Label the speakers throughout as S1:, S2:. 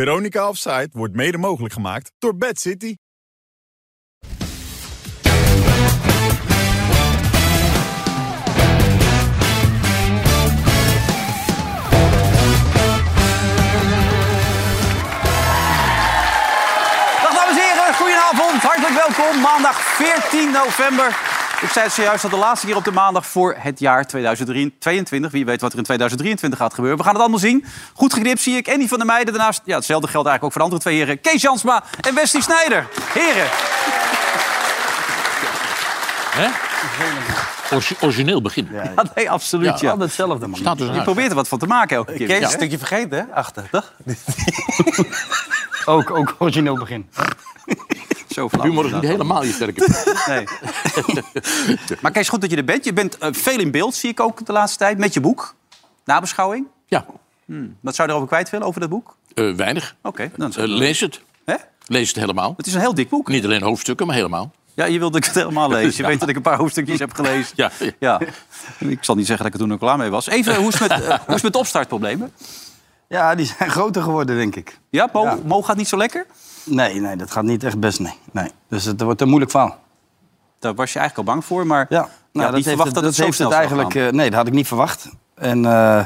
S1: Veronica Offside wordt mede mogelijk gemaakt door Bad City.
S2: Dag dames en heren, goedenavond. Hartelijk welkom. Maandag 14 november. Ik zei het zojuist al de laatste keer op de maandag voor het jaar 2022. Wie weet wat er in 2023 gaat gebeuren. We gaan het allemaal zien. Goed geknipt zie ik. Andy van der Meijden. Daarnaast, ja, hetzelfde geldt eigenlijk ook voor de andere twee heren. Kees Jansma en Wesley Snijder. Heren,
S3: Orgi- origineel begin.
S2: ja, nee, absoluut ja.
S4: Altijd hetzelfde, man.
S3: Staat dus
S2: Je
S3: een
S2: probeert er wat van te maken elke keer.
S4: Kees,
S2: Ja.
S4: een stukje vergeten, hè? Achter. Toch?
S5: Ook, ook origineel begin.
S2: Zo flauw.
S3: Humor is niet helemaal je sterke punt.
S2: Nee. maar Kees, goed dat je er bent. Je bent eh, veel in beeld, zie ik ook de laatste tijd. Met je boek, Nabeschouwing. Hmm.
S3: Ja,
S2: Wat zou je erover kwijt willen, over dat boek? Oké,
S3: eh, weinig.
S2: dan
S3: Eh, lees het.
S2: Hè?
S3: Lees het helemaal.
S2: Het is een heel dik boek.
S3: Niet alleen hoofdstukken, maar helemaal.
S2: Ja, je wilde het helemaal lezen. Je
S3: Ja.
S2: weet dat ik een paar hoofdstukjes heb gelezen.
S3: Ja.
S2: ja. Ik zal niet zeggen dat ik er toen ook klaar mee was. Even, hoe is het met, eh, hoe is het met de opstartproblemen?
S4: Ja, die zijn groter geworden, denk ik.
S2: Ja, Mo,
S4: Ja.
S2: Mo gaat niet zo lekker?
S4: Nee, nee, dat gaat niet echt best, nee. nee. Dus het wordt een moeilijk verhaal.
S2: Daar was je eigenlijk al bang voor, maar
S4: Ja, nou,
S2: niet
S4: dat heeft
S2: verwacht
S4: het,
S2: dat het zo
S4: heeft
S2: snel
S4: het
S2: zou
S4: eigenlijk.
S2: gaan.
S4: eh, nee, dat had ik niet verwacht. En eh,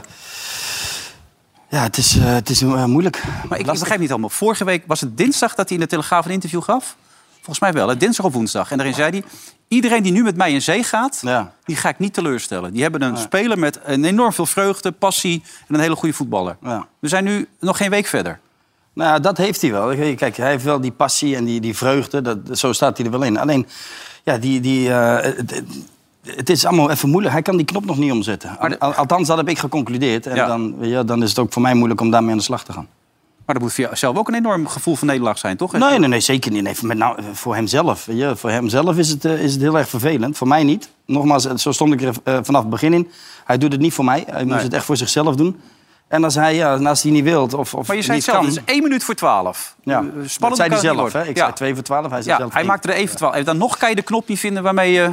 S4: ja, het is, eh, het is eh, moeilijk.
S2: maar ik, ik
S4: Lastig.
S2: begrijp niet allemaal. Vorige week was het dinsdag dat hij in de Telegraaf een interview gaf? Volgens mij wel, hè? dinsdag of woensdag. En daarin zei hij, iedereen die nu met mij in zee gaat,
S4: Ja.
S2: die ga ik niet teleurstellen. Die hebben een speler met een enorm veel vreugde, passie en een hele goede voetballer.
S4: Ja.
S2: We zijn nu nog geen week verder.
S4: Nou, ja, dat heeft hij wel. Kijk, hij heeft wel die passie en die, die vreugde. Dat, zo staat hij er wel in. Alleen, ja, die, die, eh, het, het- het is allemaal even moeilijk. Hij kan die knop nog niet omzetten.
S2: Maar de-
S4: Al- althans, dat heb ik geconcludeerd. En
S2: Ja.
S4: dan, ja, dan is het ook voor mij moeilijk om daarmee aan de slag te gaan.
S2: Maar dat moet voor jou zelf ook een enorm gevoel van nederlaag zijn, toch?
S4: Nee, nee, nee, zeker niet. Nee, voor- met, nou, voor hemzelf. weet je. voor hemzelf is het, eh, is het heel erg vervelend. Voor mij niet. Nogmaals, eh, zo stond ik er eh, vanaf het begin in. Hij doet het niet voor mij. Hij moest het echt voor zichzelf doen. En als hij, ja, als hij niet wilt of, of
S2: Maar je zei het
S4: niet
S2: zelf, dus
S4: kan...
S2: het is één minuut voor twaalf.
S4: ja,
S2: Eh, Spannend
S4: dat zei
S2: kan
S4: hij
S2: het niet
S4: zelf.
S2: worden.
S4: Hè? Ik
S2: ja.
S4: zei twee voor twaalf, hij zei
S2: Ja,
S4: zelf
S2: hij
S4: drie.
S2: maakte er even twaalf. En dan nog kan je de knop niet vinden waarmee je...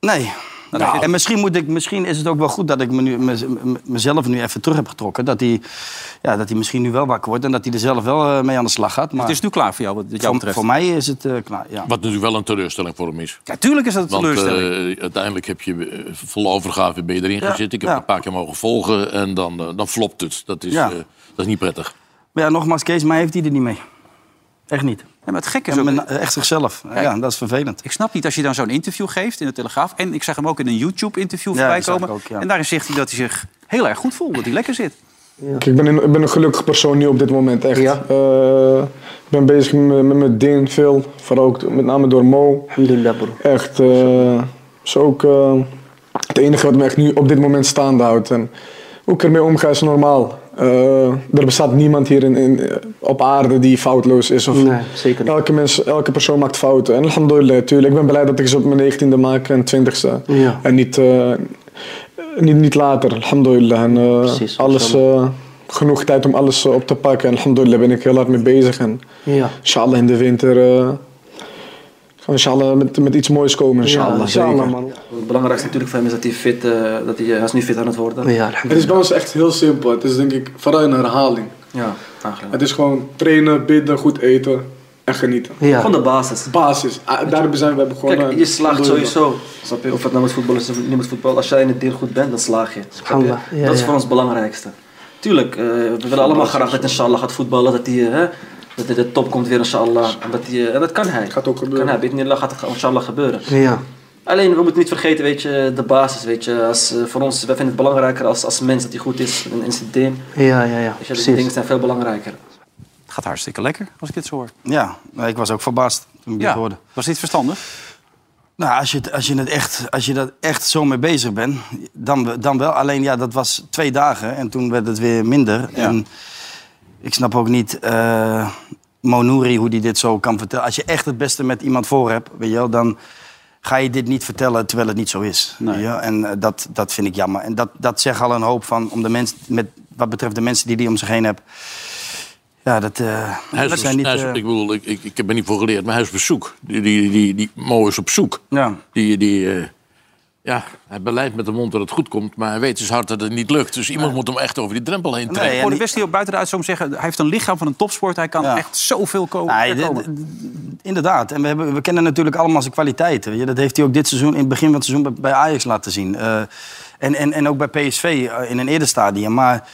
S4: Nee.
S2: Nou,
S4: en misschien, moet ik, misschien is het ook wel goed dat ik me nu, mez- m- mezelf nu even terug heb getrokken. Dat hij, ja, dat hij misschien nu wel wakker wordt en dat hij er zelf wel eh, mee aan de slag gaat. Maar
S2: Het is nu klaar voor jou, wat jou
S4: voor,
S2: betreft.
S4: voor mij is het eh, klaar. Ja.
S3: Wat natuurlijk wel een teleurstelling voor hem is.
S2: Ja, tuurlijk is dat een
S3: Want
S2: teleurstelling.
S3: eh, uiteindelijk heb je eh, vol overgave ben je erin
S4: Ja,
S3: gaan zitten. Ik heb
S4: ja.
S3: een paar keer mogen volgen en dan, eh, dan flopt het. Dat is,
S4: Ja.
S3: eh, dat is niet prettig.
S4: Maar ja, nogmaals, Kees, mij heeft hij er niet mee. Echt niet.
S2: Ja, maar het gekke is
S4: Ja,
S2: ook...
S4: met- echt zichzelf. Ja, dat is vervelend.
S2: Ik snap niet als je dan zo'n interview geeft in de Telegraaf. En ik zag hem ook in een YouTube-interview
S4: Ja,
S2: voorbij
S4: dat zag ik
S2: komen.
S4: ook, ja.
S2: En daarin zegt hij dat hij zich heel erg goed voelt. Dat hij lekker zit.
S6: Kijk, ik ben een, ik ben een gelukkig persoon nu op dit moment, echt. Eh, ik ben bezig met, met mijn ding veel, vooral ook met name door Mo.
S5: Alhamdulillah, bro.
S6: Echt, eh is ook eh, het enige wat me echt nu op dit moment staande houdt. En hoe ik ermee omga is normaal. Eh, er bestaat niemand hier in, in, eh, op aarde die foutloos is. Of
S5: Nee, zeker niet.
S6: Elke, mens, elke persoon maakt fouten. En alhamdulillah, tuurlijk. Ik ben blij dat ik ze op mijn 19e maak en 20e.
S5: Ja.
S6: En niet, eh, niet, niet later, alhamdulillah. En, eh,
S5: Precies,
S6: alles, eh, genoeg tijd om alles eh, op te pakken. En alhamdulillah ben ik heel hard mee bezig. En
S5: Ja.
S6: inshallah in de winter eh, gaan we inshallah met, met iets moois komen. Inshallah, zeker.
S5: man.
S7: Het belangrijkste natuurlijk voor hem is dat hij fit, eh, dat hij, hij is nu fit aan het worden.
S5: Ja, alhamdulillah.
S6: Het is bij ons echt heel simpel. Het is denk ik vooral een herhaling.
S7: Ah, Ja, eigenlijk.
S6: Het is gewoon trainen, bidden, goed eten en genieten.
S5: Ja.
S7: Gewoon de basis.
S6: Basis. Ah, Daar zijn we begonnen.
S7: Kijk, je slaagt
S6: Alhamdulillah.
S7: sowieso. Snap je? Of het nou met voetbal is of niet met voetbal. Als jij in het deel goed bent, dan slaag je. Snap je?
S5: Subhanallah, ja,
S7: dat is
S5: ja.
S7: voor ons het belangrijkste. Tuurlijk, eh, we willen allemaal graag dat inshallah gaat voetballen, dat hij, eh, hè, dat hij de top komt weer inshallah. En dat, hij, eh, en dat kan hij.
S6: Gaat ook gebeuren.
S7: Kan hij. Bidnillah gaat het inshallah gebeuren.
S5: Ja.
S7: Alleen, we moeten niet vergeten, weet je, de basis, weet je. Als, eh, voor ons, wij vinden het belangrijker als, als mens dat hij goed is in, in zijn team.
S5: Ja, ja, ja.
S7: Weet je, die dingen zijn veel belangrijker.
S2: Het gaat hartstikke lekker, als ik dit zo hoor.
S4: Ja, maar ik was ook verbaasd toen ik dit hoorde.
S2: was dit verstandig?
S4: Nou, als je, het- als, je het echt, als je dat echt zo mee bezig bent, dan, we- dan wel. Alleen ja, dat was twee dagen en toen werd het weer minder. En ik snap ook niet eh Monouri hoe die dit zo kan vertellen. Als je echt het beste met iemand voor hebt, weet je wel, dan ga je dit niet vertellen terwijl het niet zo is.
S2: Nee.
S4: weet je wel. En eh, dat, dat vind ik jammer. En dat, dat zegt al een hoop van, om de mens, met, wat betreft de mensen die die om zich heen hebben. Ja, dat, eh,
S3: Hij
S4: dat
S3: is,
S4: zijn niet...
S3: hij is-
S4: eh,
S3: ik, bedoel, ik, ik, ik heb er niet voor geleerd, maar hij is op zoek. Die, die, die, die, Mo is op zoek.
S4: ja.
S3: Die, die, eh, Ja, hij beleidt met de mond dat het goed komt, maar hij weet dus hard dat het niet lukt. Dus iemand moet hem echt over die drempel heen trekken.
S4: Nee,
S2: Voor de
S4: en-
S2: best die op buiten de uitzoming zeggen... hij heeft een lichaam van een topsport. Hij kan
S4: Ja.
S2: echt zoveel ko-
S4: Nee,
S2: komen.
S4: dit- inderdaad. En we, hebben, we kennen natuurlijk allemaal zijn kwaliteiten. weet je. Dat heeft hij ook dit seizoen, in het begin van het seizoen, bij- bij Ajax laten zien. Eh, en, en, en ook bij PSV eh, in een eerder stadium. Maar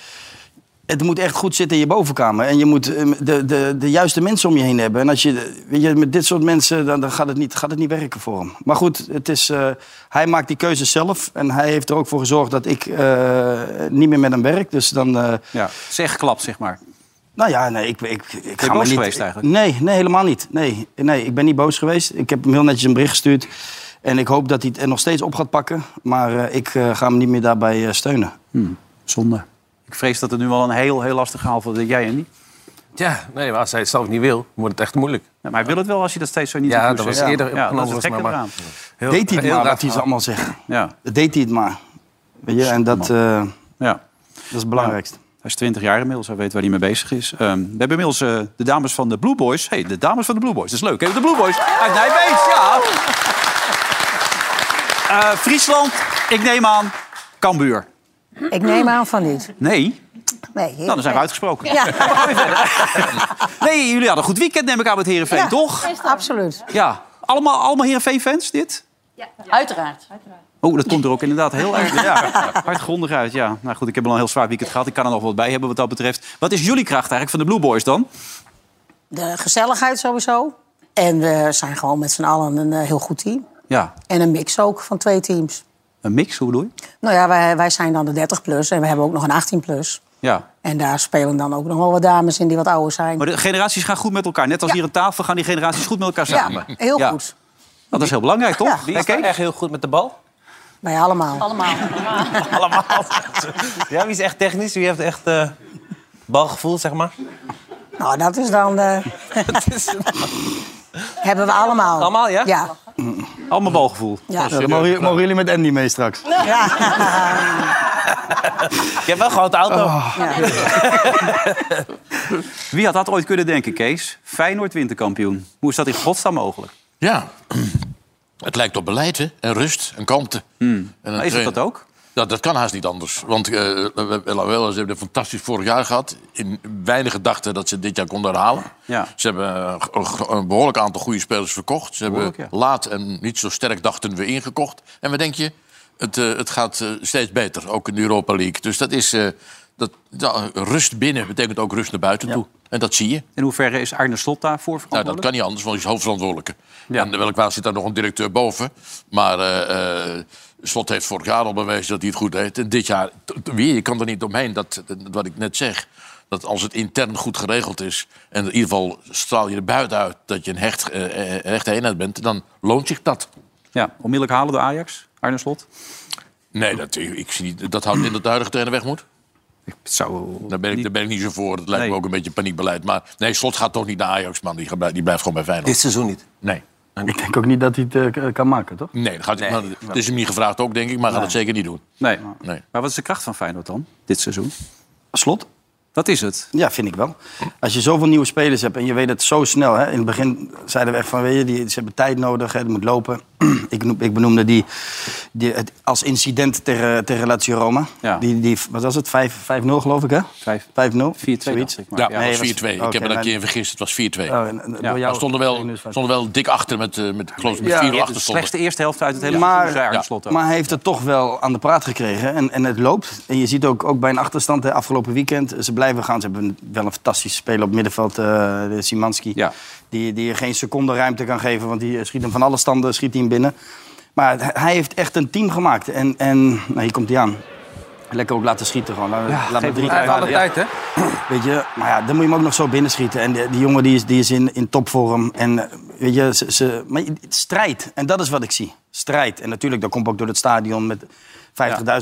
S4: het moet echt goed zitten in je bovenkamer. En je moet eh, de, de, de juiste mensen om je heen hebben. En als je, weet je met dit soort mensen, dan, dan gaat, het niet, gaat het niet werken voor hem. Maar goed, het is, eh, hij maakt die keuze zelf. En hij heeft er ook voor gezorgd dat ik eh, niet meer met hem werk. Dus dan... eh,
S2: Ja, zeg klap, zeg maar.
S4: nou ja, nee, ik, ik, ik
S2: je
S4: ga me
S2: boos
S4: niet...
S2: geweest eigenlijk?
S4: Nee, nee, helemaal niet. Nee, nee, ik ben niet boos geweest. Ik heb hem heel netjes een bericht gestuurd. En ik hoop dat hij het er nog steeds op gaat pakken. Maar eh, ik eh, ga hem niet meer daarbij eh, steunen.
S8: Hmm,
S2: Zonde. Ik vrees dat het nu al een heel, heel lastig verhaal wordt. Jij en niet.
S8: Ja, nee, maar als hij het zelf niet wil, wordt het echt moeilijk.
S2: Ja, maar hij wil het wel als je dat steeds zo niet
S8: Ja,
S2: doet,
S8: dat
S2: zeg.
S8: was eerder
S2: Ja, dat is
S8: opgenomen,
S2: het
S8: volgens
S2: gekke
S8: mij, maar-
S2: eraan.
S8: Heel,
S4: Deed hij het
S8: heel
S4: maar,
S8: raar
S4: wat hij ze
S8: verhaal.
S4: allemaal zeggen.
S2: Ja,
S4: Deed hij het maar. Weet je, en dat, eh,
S2: ja.
S4: dat is het belangrijkste.
S2: Hij is 20 jaar inmiddels, hij weet waar hij mee bezig is. Ehm, we hebben inmiddels eh, de dames van de Blue Boys. hey, de dames van de Blue Boys, dat is leuk. Hè? De Blue Boys uit Nijbeet, ja. Eh, Friesland, ik neem aan, Cambuur.
S9: Ik neem aan van niet.
S2: Nee, nou,
S9: Nee, hier-
S2: dan zijn we uitgesproken.
S9: Ja,
S2: Nee, jullie hadden een goed weekend, neem ik aan, met Heerenveen,
S9: Ja,
S2: toch?
S9: absoluut.
S2: Ja, allemaal, allemaal Heerenveen-fans, dit?
S10: Uiteraard.
S2: Oh, dat komt er ook inderdaad heel uit. Ja, hardgrondig uit, ja. Nou goed, ik heb al een heel zwaar weekend gehad. Ik kan er nog wat bij hebben wat dat betreft. Wat is jullie kracht eigenlijk van de Blue Boys dan?
S9: De gezelligheid sowieso. En we zijn gewoon met z'n allen een eh, heel goed team.
S2: Ja,
S9: En een mix ook van twee teams.
S2: een mix, hoe bedoel je?
S9: Nou ja, wij, wij zijn dan de 30-plus en we hebben ook nog een 18-plus.
S2: Ja,
S9: En daar spelen dan ook nog wel wat dames in die wat ouder zijn.
S2: Maar de generaties gaan goed met elkaar. Net als
S9: Ja.
S2: hier aan tafel gaan die generaties goed met elkaar
S9: ja,
S2: samen.
S9: heel
S2: Ja.
S9: goed.
S2: Dat is heel belangrijk, toch?
S8: Die is
S2: Kijk,
S8: echt heel goed met de bal.
S9: Wij allemaal.
S10: Allemaal.
S8: Allemaal. ja, wie is echt technisch? Wie heeft echt eh, balgevoel, zeg maar?
S9: Nou, dat is dan... eh, hebben we allemaal.
S8: Allemaal, ja?
S9: Ja.
S2: allemaal balgevoel.
S9: ja.
S4: Ja, dan mogen, jullie- mogen jullie met Andy mee straks.
S8: Je hebt wel gewoon de auto.
S2: Oh. Wie had dat ooit kunnen denken, Kees? Feyenoord winterkampioen. Hoe is dat in godsnaam mogelijk?
S3: Ja, het lijkt op beleid, hè? En rust en kalmte.
S11: Hmm.
S3: En een
S2: Maar is het
S3: trainer.
S2: dat ook?
S3: Dat, dat kan haast niet anders. Want eh, we- we we- wel, ze hebben een fantastisch vorig jaar gehad. In weinig dachten dat ze dit jaar konden herhalen.
S2: Ja.
S3: Ze hebben eh, een gro- een behoorlijk aantal goede spelers verkocht. Ze hebben
S2: Behoorlijk, ja.
S3: laat en niet zo sterk dachten we ingekocht. En wat denk je? Het, eh, het gaat eh, steeds beter, ook in de Europa League. Dus dat is... eh, dat, ja, rust binnen betekent ook rust naar buiten toe. En dat zie je.
S2: In hoeverre is Arne Slot daarvoor
S3: Nou, dat
S2: verantwoordelijk?
S3: kan niet anders, want hij is hoofdverantwoordelijke.
S2: Ja.
S3: En weliswaar zit daar nog een directeur boven. Maar eh, eh, Slot heeft vorig jaar al bewezen dat hij het goed deed. En dit jaar t- t- weer, je kan er niet omheen. Dat, dat- wat ik net zeg, dat als het intern goed geregeld is... en in ieder geval straal je er buiten uit dat je een hecht, eh, eh, een hechte eenheid bent... dan loont zich dat.
S2: Ja, onmiddellijk halen door Ajax, Arne Slot.
S3: Nee, dat, ik, ik zie, niet- dat houdt in dat de huidige trainer weg moet.
S2: Het zou...
S3: Daar ben, ik, daar ben ik niet zo voor. Dat lijkt
S2: Nee.
S3: me ook een beetje paniekbeleid. Maar nee, Slot gaat toch niet naar Ajax, man. Die, gaat blij- die blijft gewoon bij Feyenoord.
S8: Dit seizoen niet.
S3: Nee.
S4: Ik denk ook niet dat hij het eh, kan maken, toch?
S3: Nee, dat gaat,
S8: Nee.
S3: maar dus het is hem niet gevraagd ook, denk ik, maar hij gaat het zeker niet doen.
S2: Nee.
S3: Nee.
S2: Maar wat is de kracht van Feyenoord dan, dit seizoen?
S4: Slot?
S2: Dat is het.
S4: Ja, vind ik wel. Als je zoveel nieuwe spelers hebt en je weet het zo snel. Hè, in het begin zeiden we echt van, weet je, die, ze hebben tijd nodig, hè, het moet lopen. ik, noem- ik benoemde die, die het, als incident tegen, tegen Lazio Roma.
S2: Ja.
S4: Die, die, wat was het? 5 5-0 geloof ik, hè?
S2: 5
S4: 5-0?
S2: 4-2
S4: zoiets.
S2: dacht ik
S3: Ja,
S2: maar.
S3: het
S4: nee,
S3: was 4-2.
S4: was-
S3: ik heb
S4: oké,
S3: me daar een
S4: maar-
S3: keer in vergist. Het was 4-2.
S4: Oh, en- en door
S2: Ja.
S4: jou-
S3: maar stonden wel,
S4: minus vijf.
S3: stonden wel dik achter met, eh, met ik geloof met 4-0
S2: De
S3: achter stonden.
S2: slechtste eerste helft uit het hele
S4: Maar-
S2: seizoen, zei Arne
S3: Ja.
S2: Slot ook.
S4: Maar hij heeft het toch wel aan de praat gekregen. En, en het loopt. En je ziet ook, ook bij een achterstand hè, afgelopen weekend. Ze blijven gaan. Ze hebben wel een fantastische speler op middenveld, eh, de Simanski.
S2: Ja.
S4: Die, die je geen seconde ruimte kan geven. Want die schiet hem van alle standen schiet hij hem binnen. Maar hij- hij heeft echt een team gemaakt. En, en nou, hier komt hij aan. Lekker ook laten schieten gewoon. Laat, laat maar
S2: geef
S4: drie
S2: hem
S4: keer
S2: alle
S4: halen. Ja.
S8: hè?
S4: Weet je, maar ja, dan moet je hem ook nog zo binnenschieten. En die, die jongen die is, die is in, in topvorm. En eh, weet je, ze, ze, maar je- strijd. En dat is wat ik zie. Strijd. En natuurlijk, dat komt ook door het stadion met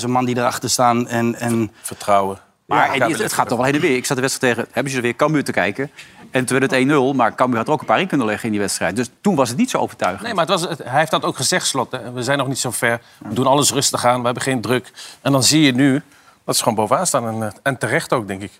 S4: 50.000 man die erachter staan. En, en
S8: Vertrouwen.
S2: Maar en die- het, het gaat toch wel heen en weer. Ik zat de wedstrijd tegen, hebben ze er weer Cambuur te kijken. En toen werd het 1-0, maar Cambuur had er ook een paar in kunnen leggen in die wedstrijd. Dus toen was het niet zo overtuigend.
S8: Nee, maar het was, het- hij heeft dat ook gezegd, Slot. hè. We zijn nog niet zo ver. We doen alles rustig aan. We hebben geen druk. En dan zie je nu dat ze gewoon bovenaan staan. En, eh, en terecht ook, denk ik.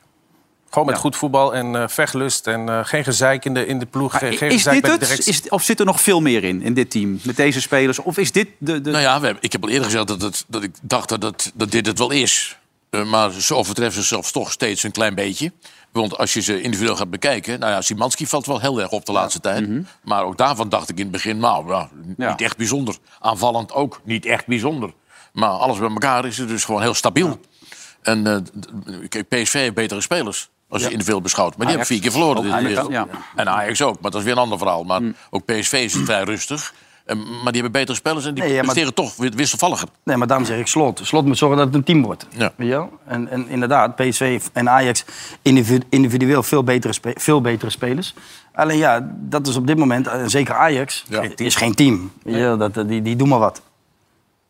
S10: Gewoon met goed voetbal en eh, vechtlust en eh, geen gezeik in de, in de ploeg. Geen, geen
S2: Is
S10: gezeik
S2: dit
S10: bij de
S2: het?
S10: directie.
S2: Is, of zit er nog veel meer in, in dit team? Met deze spelers? Of is dit de... de...
S3: Nou ja, we hebben, ik heb al eerder gezegd dat, het, dat ik dacht dat, het, dat dit het wel is. Eh, maar ze overtreffen zichzelf toch steeds een klein beetje. Want als je ze individueel gaat bekijken... Nou ja, Simanski valt wel heel erg op de laatste tijd. Maar ook daarvan dacht ik in het begin... Nou, nou,
S2: Mhm. Ja.
S3: niet echt bijzonder. Aanvallend ook niet echt bijzonder. Maar alles bij elkaar is het dus gewoon heel stabiel. En eh, d- kijk, PSV heeft betere spelers. Als je individueel beschouwt. Maar die
S2: Ajax.
S3: hebben vier keer verloren. dit
S2: Ook Ajax,
S3: jaar.
S2: ja.
S3: En Ajax ook, maar dat is weer een ander verhaal. Maar ook PSV is vrij rustig. En, maar die hebben betere spelers en die
S4: Nee, ja, maar-
S3: presteren toch wit- wisselvalliger.
S4: Nee, maar daarom zeg ik slot. Slot moet zorgen dat het een team wordt.
S3: Ja.
S4: Weet je wel? En, en inderdaad, PSV en Ajax individu- individueel veel betere, spe- veel betere spelers. Alleen ja, dat is op dit moment, en zeker Ajax,
S3: Ja.
S4: is geen team. Weet je wel, dat, eh, die, die doen maar wat.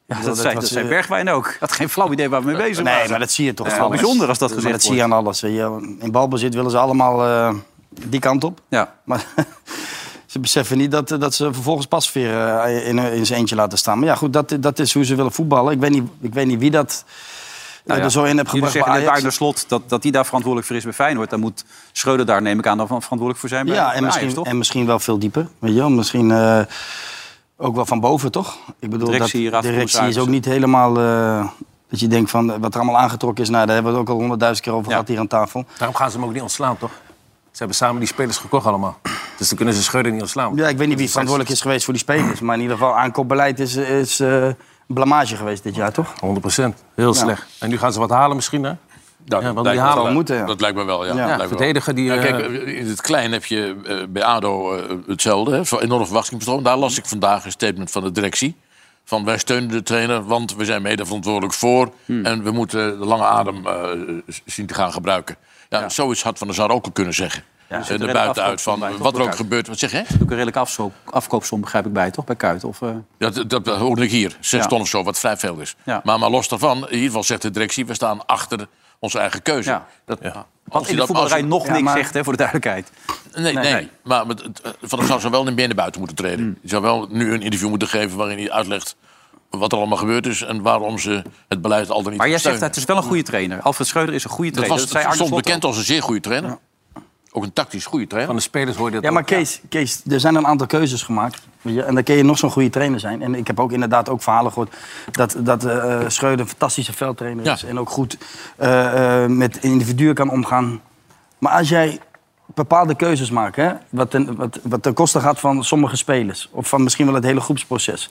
S2: Ja, dat,
S4: dat
S2: zei,
S4: was,
S2: dat zei
S4: eh,
S2: Bergwijn ook. Had geen flauw idee waar we mee bezig waren.
S4: Nee, maar dat zie je toch
S2: Dat is wel
S4: alles.
S2: bijzonder als dat
S4: Maar
S2: gezegd
S4: Dat zie je aan alles. weet je wel. In balbezit willen ze allemaal eh, die kant op.
S2: Ja.
S4: Maar ze beseffen niet dat, dat ze vervolgens pas weer eh, in, in zijn eentje laten staan. Maar ja, goed, dat, dat is hoe ze willen voetballen. Ik weet niet, ik weet niet wie dat eh,
S2: Nou ja,
S4: er zo in heeft
S2: Jullie
S4: gebracht bij
S2: zeggen net
S4: Ajax.
S2: Arne Slot dat, dat hij daar verantwoordelijk voor is bij Feyenoord. Dan moet Schreuder daar, neem ik aan, dan van- verantwoordelijk voor zijn bij,
S4: Ja,
S2: bij
S4: en misschien,
S2: Ajax, toch?
S4: en misschien wel veel dieper. Weet je wel, misschien eh, ook wel van boven, toch? Ik bedoel,
S2: Directie,
S4: dat,
S2: raad
S4: de
S2: van
S4: directie is ook
S2: commissarissen.
S4: niet helemaal... eh, dat je denkt van, eh, wat er allemaal aangetrokken is... Nou, daar hebben we het ook al honderdduizend keer over
S2: Ja.
S4: gehad hier aan tafel.
S10: Daarom gaan ze hem ook niet ontslaan, toch? Ze hebben samen die spelers gekocht allemaal. Dus dan kunnen ze Scheuren niet ontslaan.
S4: Ja, ik weet niet wie verantwoordelijk is geweest voor die spelers. Maar in ieder geval, aankoopbeleid is, is eh, een blamage geweest dit jaar, toch?
S10: 100 Heel slecht. En nu gaan ze wat halen misschien, hè?
S3: Dat,
S10: Ja, want
S3: lijkt
S10: die
S3: me
S10: halen
S3: wel.
S4: moeten, ja.
S3: dat lijkt me wel, ja.
S4: Ja,
S3: Dat lijkt me wel.
S10: verdedigen die,
S3: Ja, kijk,
S10: eh,
S3: in het klein heb je eh, bij ADO eh, hetzelfde. Hè, van enorm verwachtingspatroon. Daar las ik vandaag een statement van de directie. Van wij steunen de trainer, want we zijn mede verantwoordelijk voor. En we moeten de lange adem eh, z- zien te gaan gebruiken. Ja, Zoiets had Van der Sar ook al kunnen zeggen.
S2: er
S3: Eh,
S2: zit
S3: de
S2: een
S3: buitenuit
S2: afkoop
S3: van
S2: bij, toch?
S3: wat er ook
S2: Elkaar.
S3: gebeurt. Wat zeg je?
S2: Doe ik een redelijk afkoop, afkoopsom, begrijp ik bij, toch? Bij Kuit. Of, eh,
S3: Ja, dat, dat hoorde ik hier. Zes
S2: Ja.
S3: ton of zo, wat vrij veel is.
S2: Ja.
S3: Maar, maar los daarvan, in ieder geval zegt de directie... we staan achter onze eigen keuze.
S2: Ja.
S3: Dat,
S2: wat
S3: je
S2: in de
S3: dat-
S2: voetballerij
S3: als-
S2: nog
S4: Ja,
S2: niks
S4: maar-
S2: zegt, hè, voor de duidelijkheid.
S3: Nee, nee,
S2: nee. Hmm.
S3: maar met- het, eh, Van der Sar zou wel naar binnen buiten moeten treden. Hij zou wel nu een interview moeten geven waarin hij uitlegt... wat er allemaal gebeurd is en waarom ze het beleid al dan niet
S2: Maar jij zegt,
S3: steunen.
S2: dat het is wel een goede trainer. Alfred Schreuder is een goede
S3: Dat,
S2: trainer.
S3: was, het
S2: Arne
S3: stond
S2: Slot
S3: bekend als een zeer goede trainer. Ook een tactisch goede trainer.
S10: Van de spelers hoor je dat
S4: Ja, maar
S10: ook.
S4: Kees, Kees, er zijn een aantal keuzes gemaakt. weet je, En dan kun je nog zo'n goede trainer zijn. En ik heb ook inderdaad ook verhalen gehoord dat, dat eh Schreuder een fantastische veldtrainer is.
S3: Ja.
S4: En ook goed eh, eh, met individuen kan omgaan. Maar als jij bepaalde keuzes maakt, hè, wat, ten, wat, wat ten koste gaat van sommige spelers. Of van misschien wel het hele groepsproces.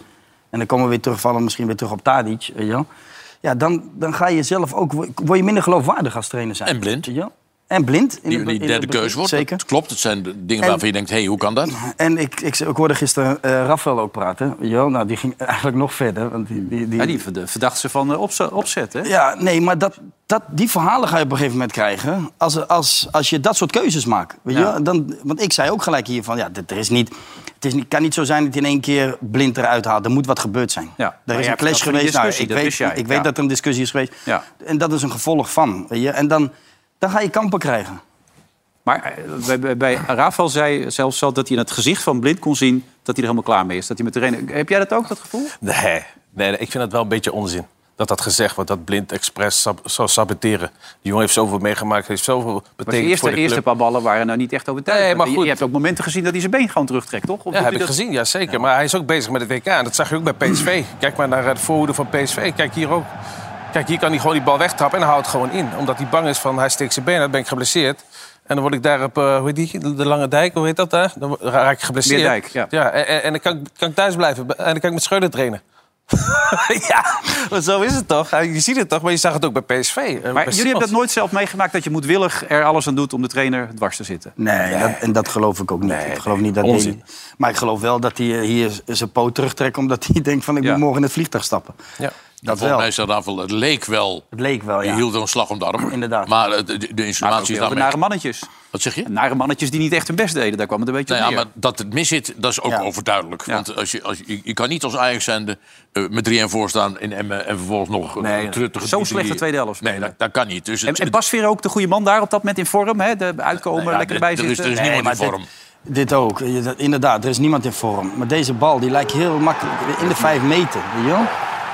S4: En dan komen we weer terugvallen, misschien weer terug op Tadic. Weet je wel. Ja, dan, dan ga je zelf ook, word je minder geloofwaardig als trainer zijn.
S3: En blind.
S4: Weet je wel. En blind. In
S3: die,
S4: het be-
S3: die
S4: in het
S3: derde
S4: begin,
S3: keuze wordt.
S4: Zeker.
S3: Dat klopt, het zijn de dingen
S4: En-
S3: waarvan je denkt... hé, hey, hoe kan dat?
S4: En ik, ik, ik hoorde gisteren eh Rafael ook praten. weet je wel. nou, die ging eigenlijk nog verder. Want die, die, die-
S2: Ja, die verd- verdacht ze van eh, opze- opzet, hè?
S4: Ja, nee, maar dat, dat, die verhalen ga je op een gegeven moment krijgen. Als, als, als je dat soort keuzes maakt. Weet je?
S2: Ja.
S4: wel. Dan, want ik zei ook gelijk hier van... Ja, dit, er is niet, het is niet, kan niet zo zijn dat je in één keer blind eruit haalt. Er moet wat gebeurd zijn.
S2: Ja.
S4: Er
S2: Maar
S4: is
S2: jij
S4: een clash
S2: vertelt van die
S4: geweest. Nou,
S2: discussie,
S4: ik
S2: dat
S4: weet,
S2: wist jij,
S4: ik weet
S2: ja.
S4: dat er een discussie is geweest.
S2: Ja.
S4: En dat is een gevolg van. Weet je? En dan, dan ga je kampen krijgen.
S2: Maar eh, bij, bij, bij Rafael zei zelfs al dat hij in het gezicht van Blind kon zien... dat hij er helemaal klaar mee is. Dat hij met de reden... Heb jij dat ook, dat gevoel?
S10: Nee, nee, nee, ik vind dat wel een beetje onzin. Dat dat gezegd wordt, dat Blind Express sab- zou saboteren. Die jongen heeft zoveel meegemaakt, heeft zoveel
S2: Maar de
S10: betekend voor
S2: eerste,
S10: de
S2: eerste
S10: club.
S2: paar ballen waren nou niet echt overtuigend.
S10: Nee, maar
S2: Je- Je,
S10: goed.
S2: hebt ook momenten gezien dat hij zijn been gewoon terugtrekt, toch? Of
S10: Ja,
S2: doet
S10: heb
S2: hij
S10: ik
S2: dat-
S10: gezien, ja zeker. Maar hij is ook bezig met het WK. En dat zag je ook bij PSV. Kijk maar naar eh, de voorhoede van PSV. Kijk hier ook. Kijk, hier kan hij gewoon die bal wegtrappen en hij houdt gewoon in. Omdat hij bang is van, hij steekt zijn been uit, ben ik geblesseerd. En dan word ik daar op, eh, hoe heet die, de Lange Dijk, hoe heet dat daar? Dan raak ik geblesseerd.
S2: Meerdijk, ja.
S10: en, en- en dan kan, ik- kan ik thuis blijven. En dan kan ik met Schreuder trainen. ja, maar zo is het toch? Je ziet het toch, maar je zag het ook bij PSV. eh, bij
S2: Maar jullie hebben
S10: Simons.
S2: dat nooit zelf meegemaakt... dat je moedwillig er alles aan doet om de trainer dwars te zitten.
S4: Nee, Dat, en dat geloof ik ook niet. ik geloof niet dat
S10: onzin.
S4: hij- maar ik geloof wel dat hij eh, hier zijn poot terugtrekt... omdat hij denkt van ik
S2: Ja.
S4: moet morgen in het vliegtuig stappen.
S10: Ja.
S4: Dat
S3: Nou, Volgens
S4: wel.
S3: mij is dat aanval, het leek wel...
S4: Het leek wel,
S3: Je
S4: ja.
S3: hield er een slag om de arm.
S4: Inderdaad.
S3: Maar eh, de, de- de
S2: Maar ook
S3: insinuatie is
S2: heel veel
S3: daarmee...
S2: nare mannetjes.
S3: Wat zeg je?
S2: Nare mannetjes die niet echt hun best deden. Daar kwam het een beetje
S3: Nou
S2: op
S3: ja,
S2: neer.
S3: maar dat het mis zit, dat is ook
S4: Ja.
S3: overduidelijk. Want als je, als je, je kan niet als Ajax zijnde eh, met 3-1 voorstaan in Emmen... en vervolgens nog
S2: Nee,
S3: nee, truttig...
S2: zo'n slechte tweede helft
S3: Nee, dat, dat kan niet. Dus
S2: En,
S3: het,
S2: en Bas Veer ook de goede man daar op dat moment in vorm. Hè? De uitkomen,
S10: Nou
S3: ja,
S2: lekker
S3: er-
S2: bij
S3: er is-
S2: zitten.
S3: er is
S2: Nee,
S3: niemand
S2: maar
S3: in vorm.
S4: Dit ook. Je- dat- Inderdaad, er is niemand in vorm. Maar deze bal die lijkt heel makkelijk in de vijf meter. Weet je wel?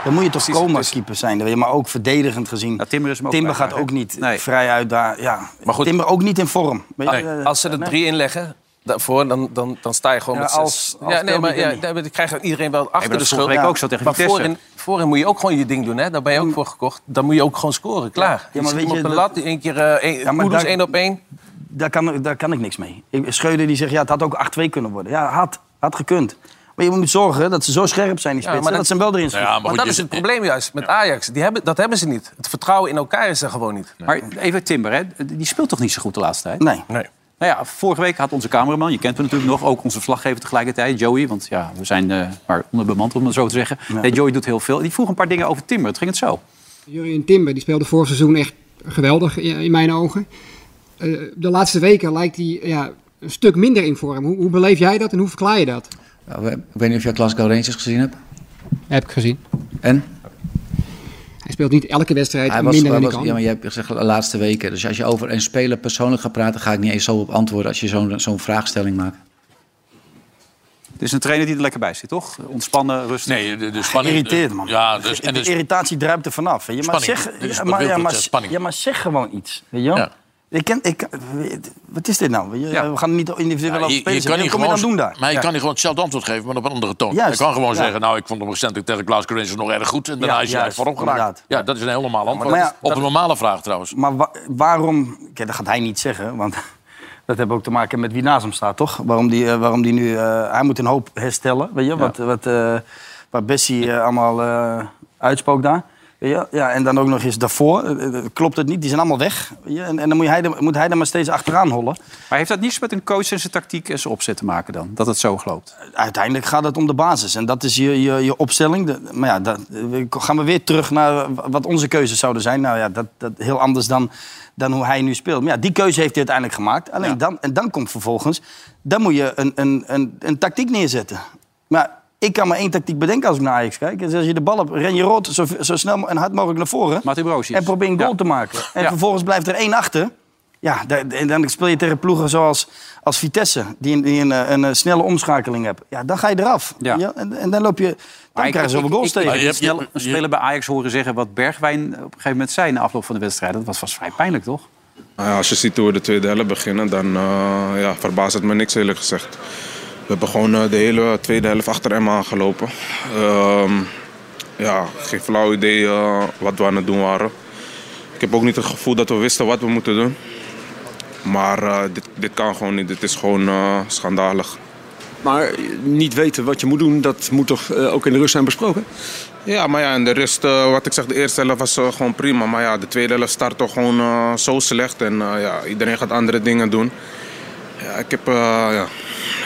S4: Dan moet je toch komen als keeper zijn. dan weet je, Maar ook verdedigend gezien.
S2: dus- Timber is hem ook
S4: Timber
S2: kwijt,
S4: gaat
S2: hè?
S4: ook niet
S2: Nee.
S4: vrij uit daar. Ja.
S10: Maar goed.
S4: Timber ook niet in vorm. Weet je,
S10: Nee,
S4: eh,
S10: als ze er
S4: nee.
S10: drie inleggen daarvoor, dan, dan, dan sta je gewoon
S4: Ja,
S10: met
S4: als-
S10: zes.
S4: als
S10: ja, nee, maar
S4: Telmi
S10: ja,
S4: Denny.
S10: nee, maar dan krijgt iedereen wel achter
S2: dat
S10: de
S2: is
S10: schuld.
S2: vorige week ook zo tegen
S10: maar
S2: Vitesse. Hm.
S10: voorin, voorin moet je ook gewoon je ding doen. Hè? Daar ben je ook voor gekocht. Dan moet je ook gewoon scoren, klaar.
S4: maar
S10: Ja, maar
S4: weet
S10: op
S4: je,
S10: de
S4: dat-
S10: lat, één keer eh, één-
S4: Ja, maar
S10: Kudus
S4: daar-
S10: één op één.
S4: Daar kan, daar kan ik niks mee. Ik- Schreuder die zegt, ja, het had ook 8-2 kunnen worden. Ja, had, had gekund. Maar je moet zorgen dat ze zo scherp zijn, die
S10: Ja,
S4: spitsen,
S10: maar
S4: dat,
S10: dat-
S4: ze hem wel erin schieten.
S3: Nou Ja, maar
S10: Maar
S3: goed,
S10: dat
S3: je-
S10: is het probleem juist met Ajax. Die hebben, dat hebben ze niet. Het vertrouwen in elkaar is er gewoon niet.
S2: Maar even Timber, hè? die speelt toch niet zo goed de laatste tijd?
S4: Nee.
S10: Nee.
S2: Nou ja, vorige week had onze cameraman, je kent hem natuurlijk nog, ook onze vlaggever tegelijkertijd, Joey. Want ja, we zijn eh, maar onderbemand, om het zo te zeggen. Nee, Joey doet heel veel. Die vroeg een paar dingen over Timber. Het ging het zo.
S12: Jurien Timber die speelde vorig seizoen echt geweldig in, in mijn ogen. Eh, de laatste weken lijkt hij ja, een stuk minder in vorm. Hoe, hoe beleef jij dat en hoe verklaar je dat?
S11: Ja, Nou, we- Ik weet niet of jij Glasgow Rangers gezien hebt.
S12: Heb ik gezien.
S11: En?
S12: Hij speelt niet elke wedstrijd
S11: Hij was,
S12: minder
S11: hij
S12: dan ik
S11: was,
S12: kan.
S11: ja, maar je hebt gezegd de laatste weken. Dus als je over een speler persoonlijk gaat praten, ga ik niet eens zo op antwoorden als je zo'n zo'n vraagstelling maakt.
S2: Het is een trainer die er lekker bij zit, toch? Ontspannen, rustig.
S3: Nee, de, de spanning...
S4: Irriteert, man.
S3: Ja, dus, en
S4: De
S3: dus,
S4: irritatie druipt er vanaf. weet Je maar
S3: Spanning.
S4: zeg,
S3: Dit is
S4: ja,
S3: wat
S4: maar, ja,
S3: Wilco
S4: maar,
S3: zegt, spanning.
S4: ja, maar zeg gewoon iets. Weet je wel?
S3: Ja.
S4: Ik ken, ik, wat is dit nou? Weet je,
S2: Ja.
S4: We gaan niet individueel
S3: Ja,
S4: over
S3: je- je
S4: spelen.
S3: kan
S4: Wat
S3: niet
S4: kom je dan
S3: gewoon-
S4: doen daar?
S3: Maar je
S4: Ja.
S3: kan niet gewoon hetzelfde antwoord geven, maar op een andere toon.
S4: Juist,
S3: je kan gewoon
S4: ja.
S3: zeggen, nou, ik vond hem recentelijk tegen Glasgow Rangers nog erg goed. En daarna
S4: Ja,
S3: is hij
S4: juist,
S3: voorop geraakt.
S4: inderdaad.
S3: Ja, dat is een heel normaal antwoord.
S4: maar ja,
S3: op een normale vraag trouwens.
S4: Maar wa- waarom... Kijk, dat gaat hij niet zeggen, want dat heeft ook te maken met wie naast hem staat, toch? Waarom die, eh, waarom die nu... eh, hij moet een hoop herstellen, weet je? Wat, wat, eh waar Bessie eh, allemaal eh uitspookt daar. Weet je? Ja, en dan ook nog eens daarvoor. eh, eh, klopt het niet, die zijn allemaal weg. Weet je? En, en dan moet hij, er- moet hij er maar steeds achteraan hollen.
S2: Maar heeft dat niets met een coach en zijn tactiek en zijn opzet te maken dan? Dat het zo loopt?
S4: Uiteindelijk gaat het om de basis. En dat is je, je, je opstelling. De- maar ja, dat, eh, we gaan we weer terug naar wat onze keuzes zouden zijn. Nou ja, dat, dat heel anders dan, dan hoe hij nu speelt. Maar ja, die keuze heeft hij uiteindelijk gemaakt. Alleen dan, en dan komt vervolgens... Dan moet je een, een, een, een tactiek neerzetten. Maar ik kan maar één tactiek bedenken als ik naar Ajax kijk. Dus als je de bal hebt, ren je rood zo, zo snel en hard mogelijk naar voren.
S2: Martin Broosius.
S4: En probeer een goal
S2: Ja.
S4: te maken. En
S2: Ja.
S4: vervolgens blijft er één achter. Ja, da- en dan speel je tegen ploegen zoals als Vitesse, die, een- die een, eh, een, eh, snelle omschakeling hebben. Ja, dan ga je eraf.
S2: Ja.
S4: Ja. en, en dan loop je, dan
S2: Maar
S4: krijgen ze
S2: ik-
S4: wel goals
S2: ik- ik-
S4: tegen.
S2: Ik
S3: je
S2: heb
S3: hebt-
S2: snel
S3: je-
S2: een speler bij Ajax horen zeggen wat Bergwijn op een gegeven moment zei... na afloop van de wedstrijd. Dat was vast vrij pijnlijk, toch?
S13: Nou ja, als je ziet hoe we de tweede helft beginnen, dan eh, ja, verbaast het me niks eerlijk gezegd. We hebben gewoon eh, de hele tweede helft achter Emma aangelopen. Ehm, ja, geen flauw idee eh, wat we aan het doen waren. Ik heb ook niet het gevoel dat we wisten wat we moeten doen. Maar eh, dit, dit kan gewoon niet. Dit is gewoon eh, schandalig.
S14: Maar niet weten wat je moet doen, dat moet toch eh, ook in de rust zijn besproken?
S13: Ja, maar ja, en de rest, eh, wat ik zeg, de eerste helft was eh, gewoon prima. Maar ja, de tweede helft start toch gewoon eh, zo slecht. En eh, ja, iedereen gaat andere dingen doen. Ja, ik heb, eh, ja,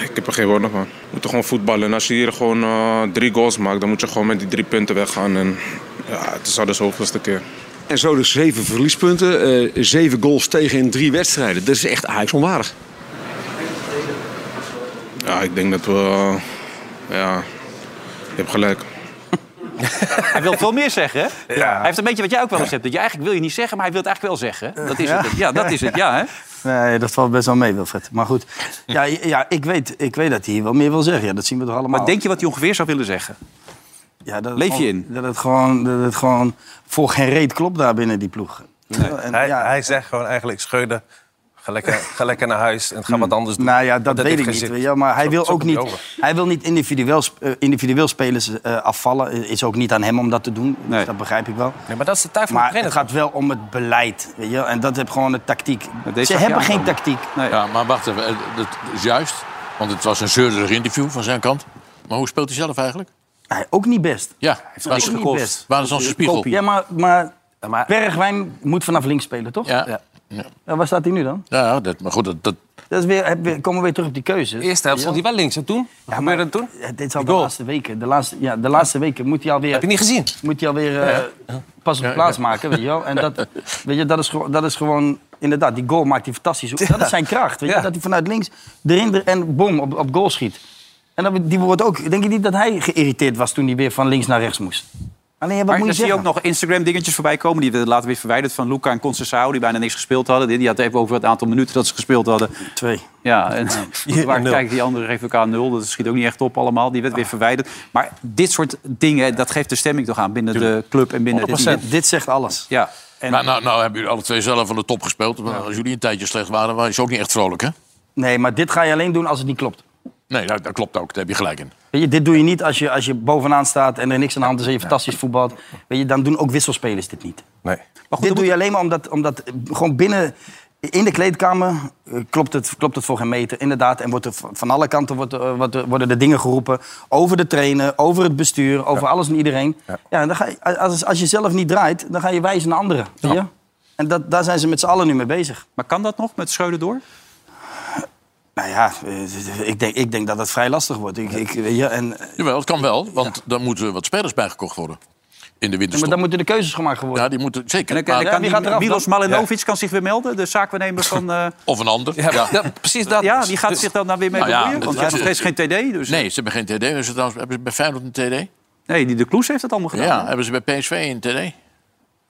S13: ik heb er geen woorden van. We moeten gewoon voetballen. En als je hier gewoon eh, drie goals maakt, dan moet je gewoon met die drie punten weggaan. En ja, het is al de zoveelste keer.
S14: En zo dus zeven verliespunten, eh, zeven goals tegen in drie wedstrijden. Dat is echt Ajax onwaardig.
S13: Ja, ik denk dat we, eh, ja, je hebt gelijk.
S2: Hij wil veel meer zeggen, hè? Hij heeft een beetje wat jij ook wel eens hebt. Dat je eigenlijk wil je niet zeggen, maar hij wil het eigenlijk wel zeggen. Dat is
S4: Ja.
S2: het. Ja, dat is het. Ja, hè?
S4: Nee, dat valt best wel mee, Wilfred. Maar goed, ja, ja, ik, weet, ik weet dat hij hier wel meer wil zeggen. Ja, dat zien we toch allemaal.
S2: Maar denk je wat hij ongeveer zou willen zeggen?
S4: ja, dat het
S2: leef je
S4: gewoon-
S2: in?
S4: Dat het, gewoon, dat het gewoon voor geen reet klopt daar binnen die ploeg. En,
S10: hij,
S4: ja,
S10: hij zegt gewoon eigenlijk, scheuder, ga lekker, ga lekker naar huis en ga wat anders doen.
S4: Nou ja, dat,
S10: Want
S4: weet ik
S10: heeft
S4: niet.
S10: geen zin.
S4: Ja, maar hij
S10: Zo-
S4: wil
S10: zo
S4: ook
S10: komt
S4: niet,
S10: hij over.
S4: hij wil niet individueel, sp- eh, individueel spelers eh, afvallen. Eh, Is ook niet aan hem om dat te doen. Dus dat begrijp ik wel.
S10: Nee, maar dat is de taak van de
S4: Maar het
S10: trainer.
S4: gaat wel om het beleid. Weet je? wel. En dat heb gewoon de tactiek.
S2: deze
S4: Ze
S2: zag je
S4: hebben geen
S2: aankomen.
S4: tactiek.
S3: Ja, maar wacht even. eh, Dat is juist, want het was een zeurderig interview van zijn kant. Maar hoe speelt hij zelf eigenlijk?
S4: Hij ook niet best.
S3: Ja, waar is,
S4: ook niet best.
S3: waar is onze spiegel?
S4: Ja, maar, maar,
S10: maar-
S4: Bergwijn moet vanaf links spelen, toch?
S3: Ja, ja. ja.
S4: Ja, waar staat hij nu dan?
S3: dat, maar goed, dat, dat,
S4: Dat is weer, heb- weer- komen we weer terug op die keuze.
S10: Eerst helft stond hij wel links. En toen? Wat gebeurde er toen?
S4: Ja, dit is al de laatste weken. De laatste, ja, de laatste weken moet hij alweer...
S10: Heb je niet gezien?
S4: Moet hij alweer eh, pas op de plaats maken, weet je wel. En dat, weet je, dat, is, gewoon- dat is gewoon... Inderdaad, die goal maakt hij fantastisch. Dat is zijn kracht, weet je.
S10: Ja.
S4: Dat hij vanuit links erin er- en bom, op, op goal schiet. En dat, die wordt ook... Denk je niet dat hij geïrriteerd was toen hij weer van links naar rechts moest? Hij Alleen, ja, wat
S2: maar
S4: moet
S2: dan
S4: je
S2: zie je ook
S4: zeggen?
S2: nog Instagram-dingetjes voorbij komen. Die werden later weer verwijderd van Luca en Concessao... die bijna niks gespeeld hadden. Die die had even over het aantal minuten dat ze gespeeld hadden.
S4: Twee.
S2: Ja, en waar
S8: nul.
S2: kijkt die andere geeft elkaar nul. Dat schiet ook niet echt op allemaal. Die werd weer verwijderd. Maar dit soort dingen, dat geeft de stemming toch aan... binnen de club en binnen het team.
S4: Dit, dit zegt alles.
S2: Ja.
S3: nou, nou, nou hebben jullie alle twee zelf van de top gespeeld. Maar Als jullie een tijdje slecht waren, was je ook niet echt vrolijk, hè?
S4: Nee, maar dit ga je alleen doen als het niet klopt.
S3: Nee, dat, dat klopt ook. Daar heb je gelijk in.
S4: Weet je, dit doe je niet als je, als je bovenaan staat en er niks aan de hand is en je fantastisch voetbalt. Weet je, dan doen ook wisselspelers dit niet.
S10: Nee.
S4: dit doe je alleen maar omdat, omdat eh, gewoon binnen, in de kleedkamer eh, klopt het, klopt het voor geen meter. Inderdaad, en wordt er, van van alle kanten wordt, er, eh, wordt er- worden de dingen geroepen over de trainer, over het bestuur, over alles en iedereen. Ja. en dan ga je, als, als je zelf niet draait, dan ga je wijzen naar anderen. Zie je? En dat, daar zijn ze met z'n allen nu mee bezig.
S2: Maar kan dat nog met Schreuder door?
S4: Nou ja, eh, ik denk, ik denk dat dat vrij lastig wordt. Ik, ik, weet je, en, eh,
S3: Jawel, het kan wel, want daar moeten wat spelers bijgekocht worden. In de winterstop.
S4: maar dan moeten de keuzes gemaakt worden.
S3: Ja, die moeten zeker.
S2: En dan, dan
S3: Maar-
S2: kan die, Milos Malenovic
S3: Ja.
S2: kan zich weer melden. De zaakwaarnemer van... eh,
S3: Of een ander. Nou
S2: Ja, ja,
S8: precies dat.
S2: Ja, die gaat zich dan daar weer mee bemoeien, want hij heeft nog geen TD. Dus.
S3: Nee, ze hebben geen TD. Hebben ze, trouwens, hebben ze bij Feyenoord een TD?
S2: Nee, die de Kloes heeft dat allemaal gedaan.
S3: Ja, hebben ze bij PSV een TD?
S2: Ja,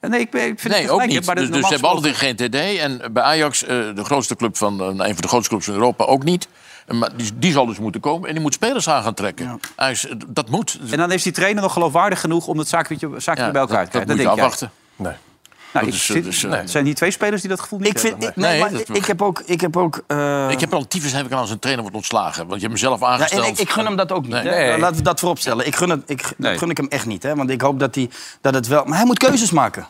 S2: Nee, ik, ben- ik vind
S3: Nee,
S2: het
S3: ook
S2: gelijk,
S3: niet.
S2: maar dat
S3: dus dus ze
S2: normaal
S3: hebben
S2: gesproken-
S3: altijd geen TD. En bij Ajax, eh, de grootste club van, eh, een van de grootste clubs van Europa, ook niet. En Maar die, die zal dus moeten komen en die moet spelers aan gaan trekken. Hij is- dat moet.
S2: En dan is die trainer nog geloofwaardig genoeg om dat zaakje, zaakje
S3: Ja,
S2: bij elkaar
S3: dat-
S2: te krijgen.
S3: dat moet je
S2: denk jij.
S3: afwachten. Nee.
S2: Nou,
S3: Dat
S2: ik
S3: is,
S2: zit-
S3: eh, dus, eh,
S2: nee, het zijn die twee spelers die dat gevoel niet
S4: Ik vind,
S2: hebben.
S4: ik, nee,
S3: Nee,
S4: maar
S3: dat
S4: ik,
S3: mag.
S4: ik heb ook... Ik heb ook eh,
S3: Ik heb al tyfus heb ik al als een trainer wordt ontslagen. Want je hebt hem zelf
S4: Ja,
S3: aangesteld.
S4: en ik, ik gun hem dat ook niet.
S3: Nee.
S4: hè.
S3: Nee.
S4: Laten we dat voorop stellen. Ik gun het, ik,
S3: Nee.
S4: Dat gun ik hem echt niet. Hè? Want ik hoop dat hij dat het wel. Maar hij moet keuzes maken.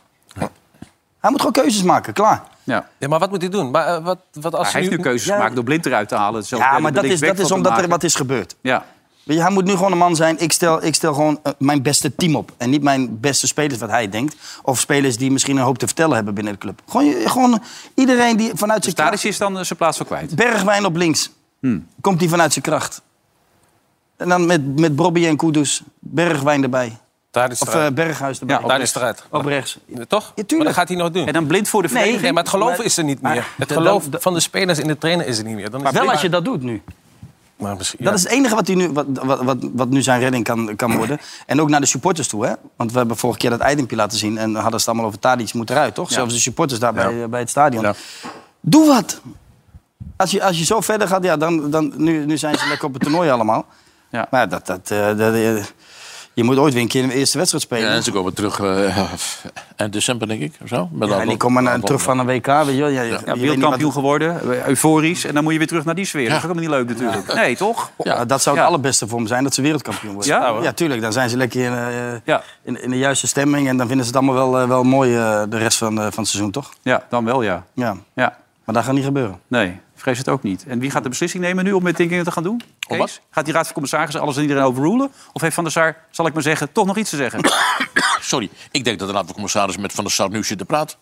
S4: Hij moet gewoon keuzes maken, klaar.
S2: Ja.
S8: Ja, maar wat moet hij doen? Maar, eh, wat, wat als
S2: Maar hij heeft nu keuzes gemaakt door blind eruit te halen. Zelf
S4: ja,
S2: de-
S4: maar
S2: de
S4: dat is,
S2: linksback
S4: dat is
S2: van te
S4: omdat er
S2: maken.
S4: wat is gebeurd.
S2: Ja.
S4: Weet je, hij moet nu gewoon een man zijn. Ik stel, ik stel gewoon eh, mijn beste team op. En niet mijn beste spelers, wat hij denkt. Of spelers die misschien een hoop te vertellen hebben binnen de club. Gewoon, je- gewoon iedereen die vanuit zijn
S2: Daar is
S4: kracht...
S2: hij dan eh, zijn plaats voor kwijt. Hmm.
S4: Bergwijn op links. Komt hij vanuit zijn kracht. En dan met, met Bobby en Kudus. Bergwijn erbij.
S8: Daar is
S4: Of
S8: eruit.
S4: eh, Berghuis erbij.
S8: Ja, daar is het eruit.
S4: Op rechts.
S8: Toch? Maar dat gaat hij nooit doen. En
S2: dan blind voor de
S8: Nee,
S4: verdediging?
S8: maar het geloof
S4: Maar-
S8: is er niet
S4: maar-
S8: meer. Het
S4: Dan-
S8: geloof
S4: dan-
S8: van de spelers in de trainer is er niet meer. Dan is
S4: Maar
S8: het
S4: wel als
S8: maar-
S4: je dat doet nu.
S8: maar misschien-
S4: Dat
S8: ja.
S4: is het enige wat, hij nu, wat, wat, wat, wat nu zijn redding kan, kan worden. En ook naar de supporters toe. Hè? Want we hebben vorige keer dat eindempje laten zien. En dan hadden ze het allemaal over Tadic moet eruit, toch? Zelfs de supporters daar bij, bij het stadion. Doe wat! Als je, als je zo verder gaat, ja, dan, dan, nu, nu zijn ze lekker op het toernooi allemaal.
S2: Ja.
S4: Maar ja, dat, dat, eh, dat, eh, je moet ooit weer een keer een eerste wedstrijd spelen.
S3: Ja, en ze komen terug eh, eind december, denk ik. Of zo. Met
S4: Ja, en die komen eh, terug van een WK. Weet je, wel. ja, je- je weet
S2: Ja,
S4: niet wat
S2: wereldkampioen
S4: het-
S2: geworden, eh, euforisch. En dan moet je weer terug naar die sfeer. Dat is ook helemaal niet leuk natuurlijk. Nee, toch?
S4: Ja, dat zou het allerbeste voor hem zijn, dat ze wereldkampioen worden.
S2: Ja, hoor.
S4: ja tuurlijk. Dan zijn ze lekker in, eh,
S2: Ja.
S4: in, in de juiste stemming. En dan vinden ze het allemaal wel, eh, wel mooi eh, de rest van, eh, van het seizoen, toch?
S2: Ja, dan wel ja.
S4: Ja.
S2: Ja.
S4: Maar dat gaat niet gebeuren.
S2: Nee, vrees het ook niet. En wie gaat de beslissing nemen nu om met dingen te gaan doen? Kees? Gaat die raad van commissarissen alles en iedereen overrulen? Of heeft Van der Sar, zal ik maar zeggen, toch nog iets te zeggen?
S3: Sorry, ik denk dat de Raad van Commissaris met Van der Sar nu zit te praten.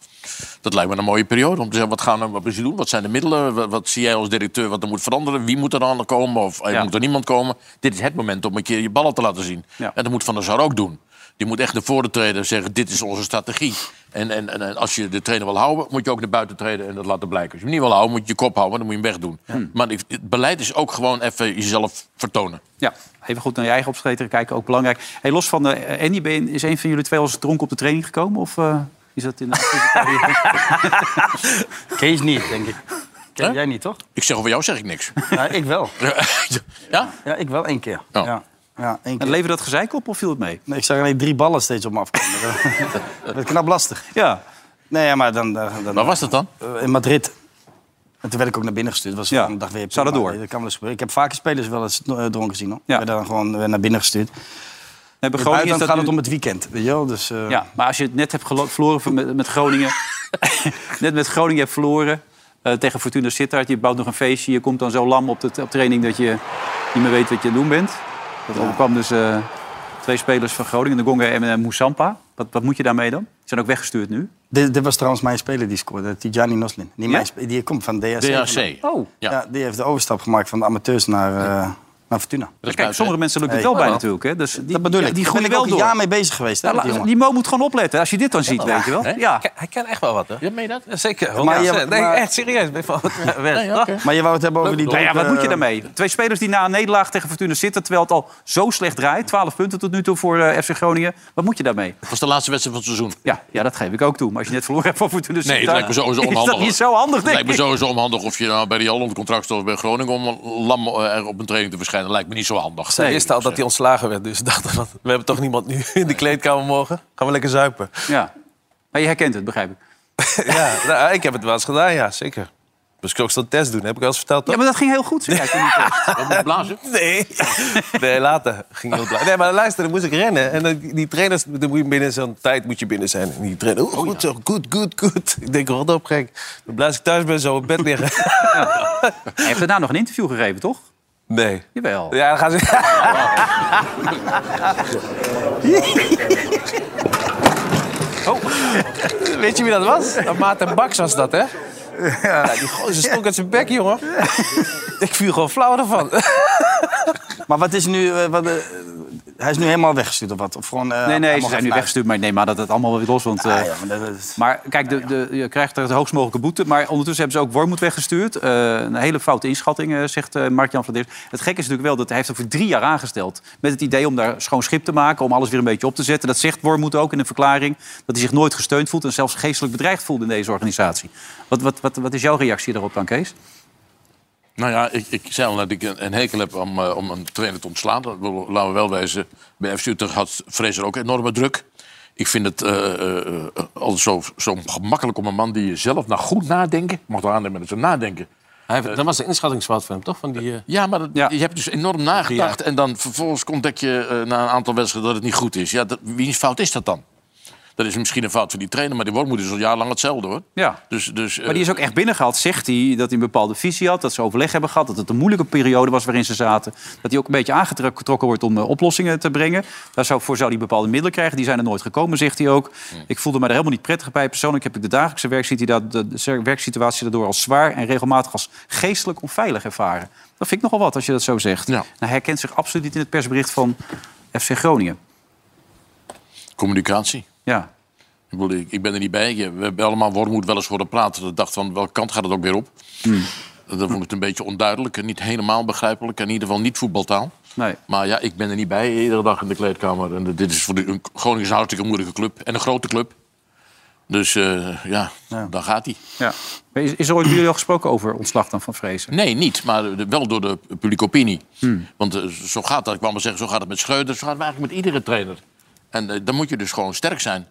S3: Dat lijkt me een mooie periode om te zeggen... wat gaan we wat moeten we doen, wat zijn de middelen... wat, wat zie jij als directeur wat er moet veranderen... wie moet er aan komen of eh,
S2: Ja.
S3: moet er niemand komen. Dit is het moment om een keer je ballen te laten zien.
S2: Ja.
S3: En dat moet Van der Sar ook doen. Die moet echt naar voren treden en zeggen, dit is onze strategie. En, en, en, en als je de trainer wil houden, moet je ook naar buiten treden en dat laten blijken. Als je hem niet wil houden, moet je je kop houden, dan moet je hem wegdoen. Maar ik- het beleid is ook gewoon even jezelf vertonen.
S2: Ja, even goed naar je eigen opscheten kijken, ook belangrijk. Hey, los van eh Andy, ben je- is een van jullie twee al eens dronken op de training gekomen? Of eh, is dat in de
S4: Kees niet, denk ik. Ken
S3: Huh?
S4: jij niet, toch?
S3: Ik zeg over jou zeg ik niks.
S4: Ja, ik wel.
S3: ja?
S4: Ja, ik wel één keer.
S3: Oh.
S4: Ja. Ja, één
S2: En
S4: keer.
S2: leverde dat gezeik op of viel het mee?
S4: Nee, ik zag alleen drie ballen steeds op me afkomen. dat werd knap lastig.
S2: Ja.
S4: Nee, ja, maar dan, dan, dan-
S3: Waar was dat dan?
S4: Eh, in Madrid. En toen werd ik ook naar binnen gestuurd. Was de volgende dag weer
S2: zou dat
S4: prima.
S2: door?
S4: Dat kan wel eens gebeuren. Ik heb vaker spelers wel eens eh, dronken zien. Hoor.
S2: Ja.
S4: Ik werd dan gewoon eh, naar binnen gestuurd.
S2: Nee,
S4: In
S2: bij
S4: het
S2: Groningen is
S4: buitenland
S2: dat
S4: gaat
S2: nu-
S4: het om het weekend. Weet je wel? Dus, eh,
S2: Ja, maar als je het net hebt gelo- verloren van- met, met Groningen... net met Groningen hebt verloren eh, tegen Fortuna Sittard... je bouwt nog een feestje, je komt dan zo lam op de op training... dat je niet meer weet wat je aan het doen bent. Dat overkwam dus eh, twee spelers van Groningen, de Gonga en eh, Moussampa. Wat, wat moet je daarmee dan? Die zijn ook weggestuurd nu.
S4: Dit, dit was trouwens mijn speler die scoorde, Tijani Noslin. Die,
S2: Ja?
S4: mijn spe- die komt van DHC.
S3: DHC.
S2: Oh.
S4: Ja. die heeft de overstap gemaakt van de amateurs naar, eh, naar Fortuna.
S2: Kijk, sommige mensen lukt het
S4: Hey.
S2: wel bij natuurlijk. Hè? Dus die,
S4: Dat bedoel
S2: ja,
S4: ik.
S2: Die
S4: Daar ben
S2: groeien
S4: ik ook
S2: wel
S4: een
S2: door.
S4: jaar mee bezig geweest. Hè,
S2: Ja,
S4: met
S2: la-
S4: die jongen.
S2: die Mo moet gewoon opletten als je dit dan ziet,
S4: Ja,
S2: weet je wel.
S4: hè?
S2: Ja.
S8: Hij kan echt wel wat, hè? Ja, meen dat? Zeker.
S4: Maar
S8: Maar,
S4: je-
S8: nee,
S4: maar-
S8: echt serieus. Ben van weg.
S2: Nee, oké.
S4: Maar je wou het hebben over die...
S2: Nou ja, wat
S4: doelpunten,
S2: moet je daarmee? Twee spelers die na een nederlaag tegen Fortuna zitten... terwijl het al zo slecht draait. 12 punten tot nu toe voor eh, FC Groningen. Wat moet je daarmee?
S3: Dat was de laatste wedstrijd van het seizoen.
S2: Ja, ja, dat geef ik ook toe. Maar als je net verloren hebt van Fortuna
S3: Nee, het
S2: Sittard,
S3: lijkt me sowieso onhandig.
S2: Dus Is dat niet zo handig,
S3: Het
S2: denk
S3: lijkt me
S2: ik?
S3: sowieso onhandig of je nou bij Real onder contract staat of bij Groningen... om lam eh, op een training te verschijnen. Dat lijkt me niet zo handig.
S8: Zij wisten al dat
S2: eh,
S8: hij ontslagen werd, dus ze dachten dat we hebben toch niemand nu in de kleedkamer morgen. Gaan we lekker zuipen.
S2: Ja. Maar je herkent het, begrijp ik.
S8: ja, nou, ik heb het wel eens gedaan, ja, zeker. Dus ik ook zo'n test doen, heb ik al eens verteld.
S2: Ja,
S8: Toch?
S2: maar dat ging heel goed. zeg jij, toen die test.
S3: blazen?
S8: Nee. Nee, later ging heel blij. Nee, maar luister, dan moest ik rennen. En dan, die trainers, dan moet je binnen zo'n tijd moet je binnen zijn. En die trainer, oh, goed zo, goed, goed, goed. Ik denk, wat op, gek. Dan blijf ik thuis ben, zo op bed liggen.
S2: Hij heeft daarna nog een interview gegeven, toch?
S8: Nee.
S2: Jawel.
S8: Ja, dan gaan ze... Oh. Weet je wie dat was? Dat Maarten Baks was dat, hè? Ja. die gozer stonk uit zijn bek, jongen. Ik vuur gewoon flauw ervan.
S4: Maar wat is nu... eh, wat, eh, hij is nu helemaal weggestuurd of wat? Of gewoon, eh,
S2: Nee,
S4: allemaal
S2: nee, ze zijn nu
S4: vanuit?
S2: weggestuurd. Maar ik neem aan dat het allemaal wel weer los. Want, eh,
S4: Ah, ja, maar dat- dat-
S2: Maar kijk, de, de, je krijgt er de hoogst mogelijke boete. Maar ondertussen hebben ze ook Wormoed weggestuurd. Eh, een hele foute inschatting, eh, zegt eh, Mark-Jan Vladeers. Het gekke is natuurlijk wel dat hij heeft het voor drie jaar aangesteld. Met het idee om daar schoon schip te maken, om alles weer een beetje op te zetten. Dat zegt Wormoed ook in een verklaring. Dat hij zich nooit gesteund voelt en zelfs geestelijk bedreigd voelt in deze organisatie. Wat, wat, wat, wat is jouw reactie daarop dan, Kees?
S3: Nou ja, ik, ik zei al dat ik een, een hekel heb om, eh, om een trainer te ontslaan. Dat wil- laten we wel wezen. Bij FC Utrecht had Fraser ook enorme druk. Ik vind het eh, eh, eh, altijd zo, zo gemakkelijk om een man die zelf nou goed nadenken... mag toch aannemen dat ze nadenken.
S8: dat was een inschattingsfout van hem, toch? Van die,
S3: Ja, maar dat- je hebt dus enorm nagedacht. En dan vervolgens ontdek je eh, na een aantal wedstrijden dat het niet goed is. Ja, dat, wiens fout is dat dan? Dat is misschien een fout van die trainer, maar die Wormoed is al jarenlang hetzelfde hoor.
S2: Ja.
S3: Dus, dus,
S2: Maar die is ook echt binnengehaald, zegt hij, dat hij een bepaalde visie had... dat ze overleg hebben gehad, dat het een moeilijke periode was waarin ze zaten. Dat hij ook een beetje aangetrokken wordt om eh, oplossingen te brengen. Daarvoor zou hij bepaalde middelen krijgen, die zijn er nooit gekomen, zegt hij ook. Ik voelde me er helemaal niet prettig bij. Persoonlijk heb ik de dagelijkse werksituatie, da- de- de werksituatie daardoor als zwaar... en regelmatig als geestelijk onveilig ervaren. Dat vind ik nogal wat, als je dat zo zegt. En hij herkent zich absoluut niet in het persbericht van FC Groningen.
S3: Communicatie.
S2: Ja.
S3: Ik, bedoel, ik, ik ben er niet bij. Je- We hebben allemaal Wormoed wel eens horen praten. Dat dacht van, welke kant gaat het ook weer op?
S2: Hmm.
S3: Dat vond ik het een beetje onduidelijk en niet helemaal begrijpelijk. En in ieder geval niet voetbaltaal.
S2: Nee.
S3: Maar ja, ik ben er niet bij iedere dag in de kleedkamer. En dit is voor de, Groningen is een hartstikke moeilijke club. En een grote club. Dus eh, ja, daar gaat hij.
S2: Ja. Is, is er ooit bij jullie al gesproken over ontslag dan van Vrezen?
S3: Nee, niet. Maar de- wel door de publieke opinie.
S2: Hmm.
S3: Want eh, zo gaat dat. Ik wou maar zeggen, zo gaat het met Schreuder. Zo gaat het eigenlijk met iedere trainer. En eh, dan moet je dus gewoon sterk zijn.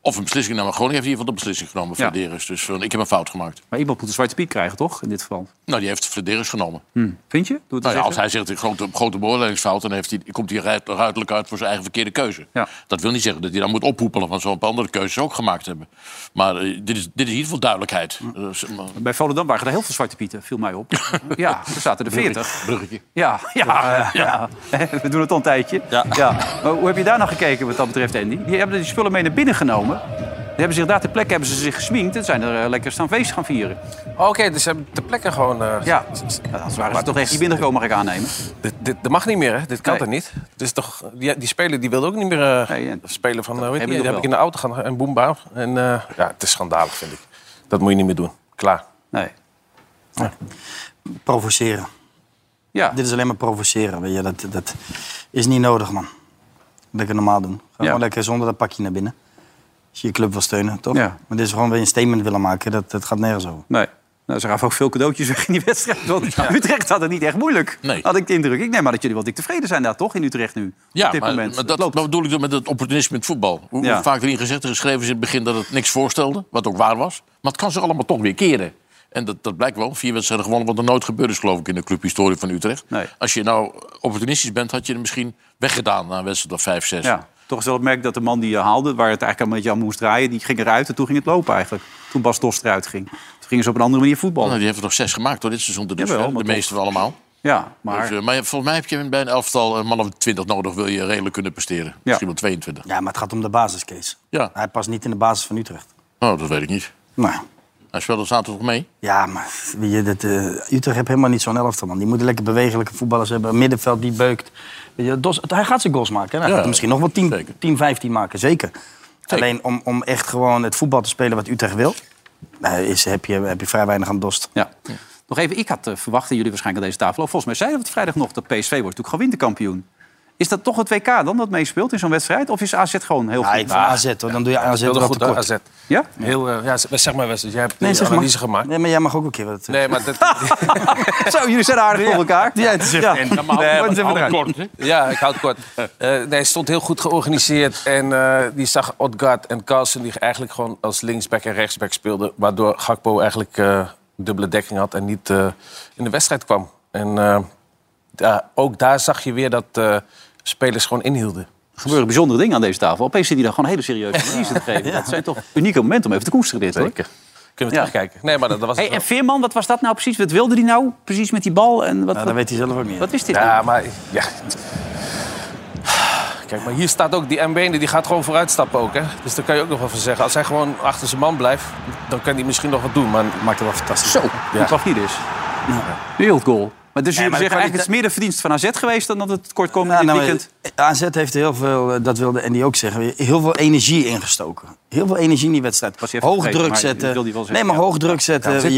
S3: Of een beslissing nemen. Maar Groningen heeft in ieder geval de beslissing genomen.
S2: Ja.
S3: Flederis. Dus van, ik heb een fout gemaakt.
S2: Maar iemand moet een zwarte piek krijgen, toch, in dit geval? Hmm.
S3: Nou, die heeft Flederis genomen.
S2: Vind je? Doe
S3: Nou
S2: het
S3: ja,
S2: eens
S3: als
S2: even.
S3: hij zegt een grote, grote beoordelingsfout... dan heeft hij, komt hij ruid- ruidelijk uit voor zijn eigen verkeerde keuze. Dat wil niet zeggen dat hij dan moet ophoepelen... want zo'n paar andere keuzes ook gemaakt hebben. Maar eh, dit, is, dit is in ieder geval duidelijkheid. Dus, eh, maar-
S2: Mm. Bij Volendam waren er heel veel zwarte pieten, viel mij op. ja, er zaten er
S3: Bruggetje,
S2: 40.
S3: Bruggetje.
S2: Ja, ja, ja. We doen het al een tijdje. Ja. Maar hoe heb je daar nou gekeken wat dat betreft, Andy? Die hebben die spullen mee naar binnen genomen. Die hebben zich daar ter plekke hebben ze zich gesminkt en zijn er eh, lekker staan feest gaan vieren.
S8: Oké, dus ze hebben de plekken gewoon... eh,
S2: Ja, nou, anders waren ze
S8: Maar
S2: toch echt niet binnengekomen, mag ik aannemen.
S8: Dit, dit, dat mag niet meer, hè? Dit kan toch niet? Dus- Het is toch, die, die speler die wilde ook niet meer eh, spelen van... eh, weet
S2: heb
S8: heb
S2: je
S8: die,
S2: nog
S8: heb ik in de auto gaan en boemba. En eh, ja, het is schandalig, vind ik. Dat moet je niet meer doen. Klaar.
S2: Nee.
S4: Provoceren.
S2: Ja.
S4: Dit is alleen maar provoceren. Weet je. Dat, dat is niet nodig, man. Lekker normaal doen. Ga Gewoon lekker zonder dat pakje naar binnen. Als je je club wil steunen, toch?
S2: Ja.
S4: Maar dit is gewoon weer een statement willen maken. Dat, dat gaat nergens over.
S2: Nee. Nou, ze gaven ook veel cadeautjes weg in die wedstrijd. Want Utrecht had het niet echt moeilijk,
S3: Nee.
S2: had ik de indruk. Ik neem maar dat jullie wel dik tevreden zijn daar toch, in Utrecht nu?
S3: Ja,
S2: op dit
S3: maar,
S2: moment.
S3: maar dat, dat bedoel ik dan met het opportunisme in het voetbal. Hoe, hoe
S2: Ja.
S3: vaak erin gezegd en geschreven is in het begin dat het niks voorstelde, wat ook waar was. Maar het kan zich allemaal toch weer keren. En dat, dat blijkt wel. Vier wedstrijden gewonnen, wat er nooit gebeurd is, geloof ik, in de clubhistorie van Utrecht. Als je nou opportunistisch bent, had je er misschien weggedaan na een wedstrijd of vijf, zes.
S2: Ja, toch is wel het merk dat de man die je haalde, waar het eigenlijk een beetje aan moest draaien, die ging eruit en toen ging het lopen eigenlijk. Toen Bas Dost eruit ging. Toen gingen ze op een andere manier voetballen.
S10: Oh,
S3: Nou, die hebben er nog zes gemaakt door dit seizoen. tot
S2: Jawel,
S3: dusver.
S2: maar
S3: de meeste van allemaal.
S2: Ja, maar...
S3: Dus, eh, maar je- volgens mij heb je bij een elftal een eh, man of twintig nodig, wil je redelijk kunnen presteren. Misschien wel 22.
S4: Ja, Oh, maar het gaat om de basis, Kees.
S3: Ja.
S4: Hij past niet in de basis van Utrecht.
S3: Nou, dat weet ik niet.
S4: Nou,
S3: Hij speelde zaterdag mee.
S4: Ja, maar weet je, dat, eh, Utrecht heeft helemaal niet zo'n elftal, man. Die moeten lekker bewegelijke voetballers hebben. Een middenveld die beukt. Weet je, Dos, hij gaat zijn goals maken. hè. Hij
S3: Ja,
S4: gaat er misschien nog wel 10, 10 15 maken, zeker. Alleen om, om echt gewoon het voetbal te spelen wat Utrecht wil... eh, is, heb, je, heb je vrij weinig aan Dost.
S2: Ja. Nog even, ik had eh, verwacht, en jullie waarschijnlijk aan deze tafel ook, volgens mij zeiden we het vrijdag nog, dat PSV wordt natuurlijk gewoon winterkampioen. Is dat toch het WK dan dat meespeelt in zo'n wedstrijd? Of is AZ gewoon heel goed?
S4: ik vind AZ, hoor. Dan doe je AZ
S2: Speelde
S4: wel
S2: goed,
S4: tekort.
S2: hè, AZ. Ja?
S10: Heel, eh, ja, zeg maar, Wesley, jij hebt
S4: Nee,
S10: die
S4: zeg maar.
S10: analyse gemaakt.
S4: Nee, maar jij mag ook een keer wat... eh,
S10: Nee, maar dat...
S2: Zo, jullie zijn aardig voor elkaar.
S4: Ja, het is echt...
S10: Nee, maar hou- hou het kort, hè? Ja, ik houd het kort. Eh, nee, hij stond heel goed georganiseerd. En eh, die zag Odgaard en Carlsen die eigenlijk gewoon als linksback en rechtsback speelden. Waardoor Gakpo eigenlijk eh, dubbele dekking had en niet eh, in de wedstrijd kwam. En eh, ja, ook daar zag je weer dat eh, spelers gewoon inhielden.
S2: Er gebeuren bijzondere dingen aan deze tafel. Opeens zit hij daar gewoon hele serieuze analyse te geven. Dat zijn toch unieke momenten om even te koesteren dit, hoor.
S10: Zeker. Kunnen we terugkijken? Nee, maar dat, dat was
S2: Hey,
S10: het
S2: en Veerman, wat was dat nou precies? Wat wilde hij nou precies met die bal? En wat,
S4: dat weet hij zelf ook niet.
S2: Wat is dit?
S10: Ja,
S2: nou?
S10: maar... Ja. Kijk, maar hier staat ook die Mbene, die gaat gewoon vooruitstappen ook. Hè? Dus daar kan je ook nog wel van zeggen. Als hij gewoon achter zijn man blijft, dan kan hij misschien nog wat doen. Maar
S4: maakt het wel fantastisch.
S10: Zo,
S2: ja.
S10: ja.
S2: dat hier dus. Wereldgoal. Maar dus
S4: Ja,
S2: jullie
S4: maar de
S2: zeggen eigenlijk
S4: kwaliteit-
S2: het is meer de verdienst van AZ geweest dan dat het kortkomende
S4: Ja,
S2: dit
S4: nou,
S2: weekend...
S4: AZ heeft heel veel, eh, dat wilde Andy ook zeggen, heel veel energie ingestoken. Heel veel energie in die wedstrijd.
S2: Was hij even
S4: Hoog
S2: vergeten,
S4: druk
S2: maar
S4: zetten.
S2: ik wil die wel zeggen,
S4: nee, maar
S2: ja.
S4: hoog druk zetten.
S2: Ja, dat zit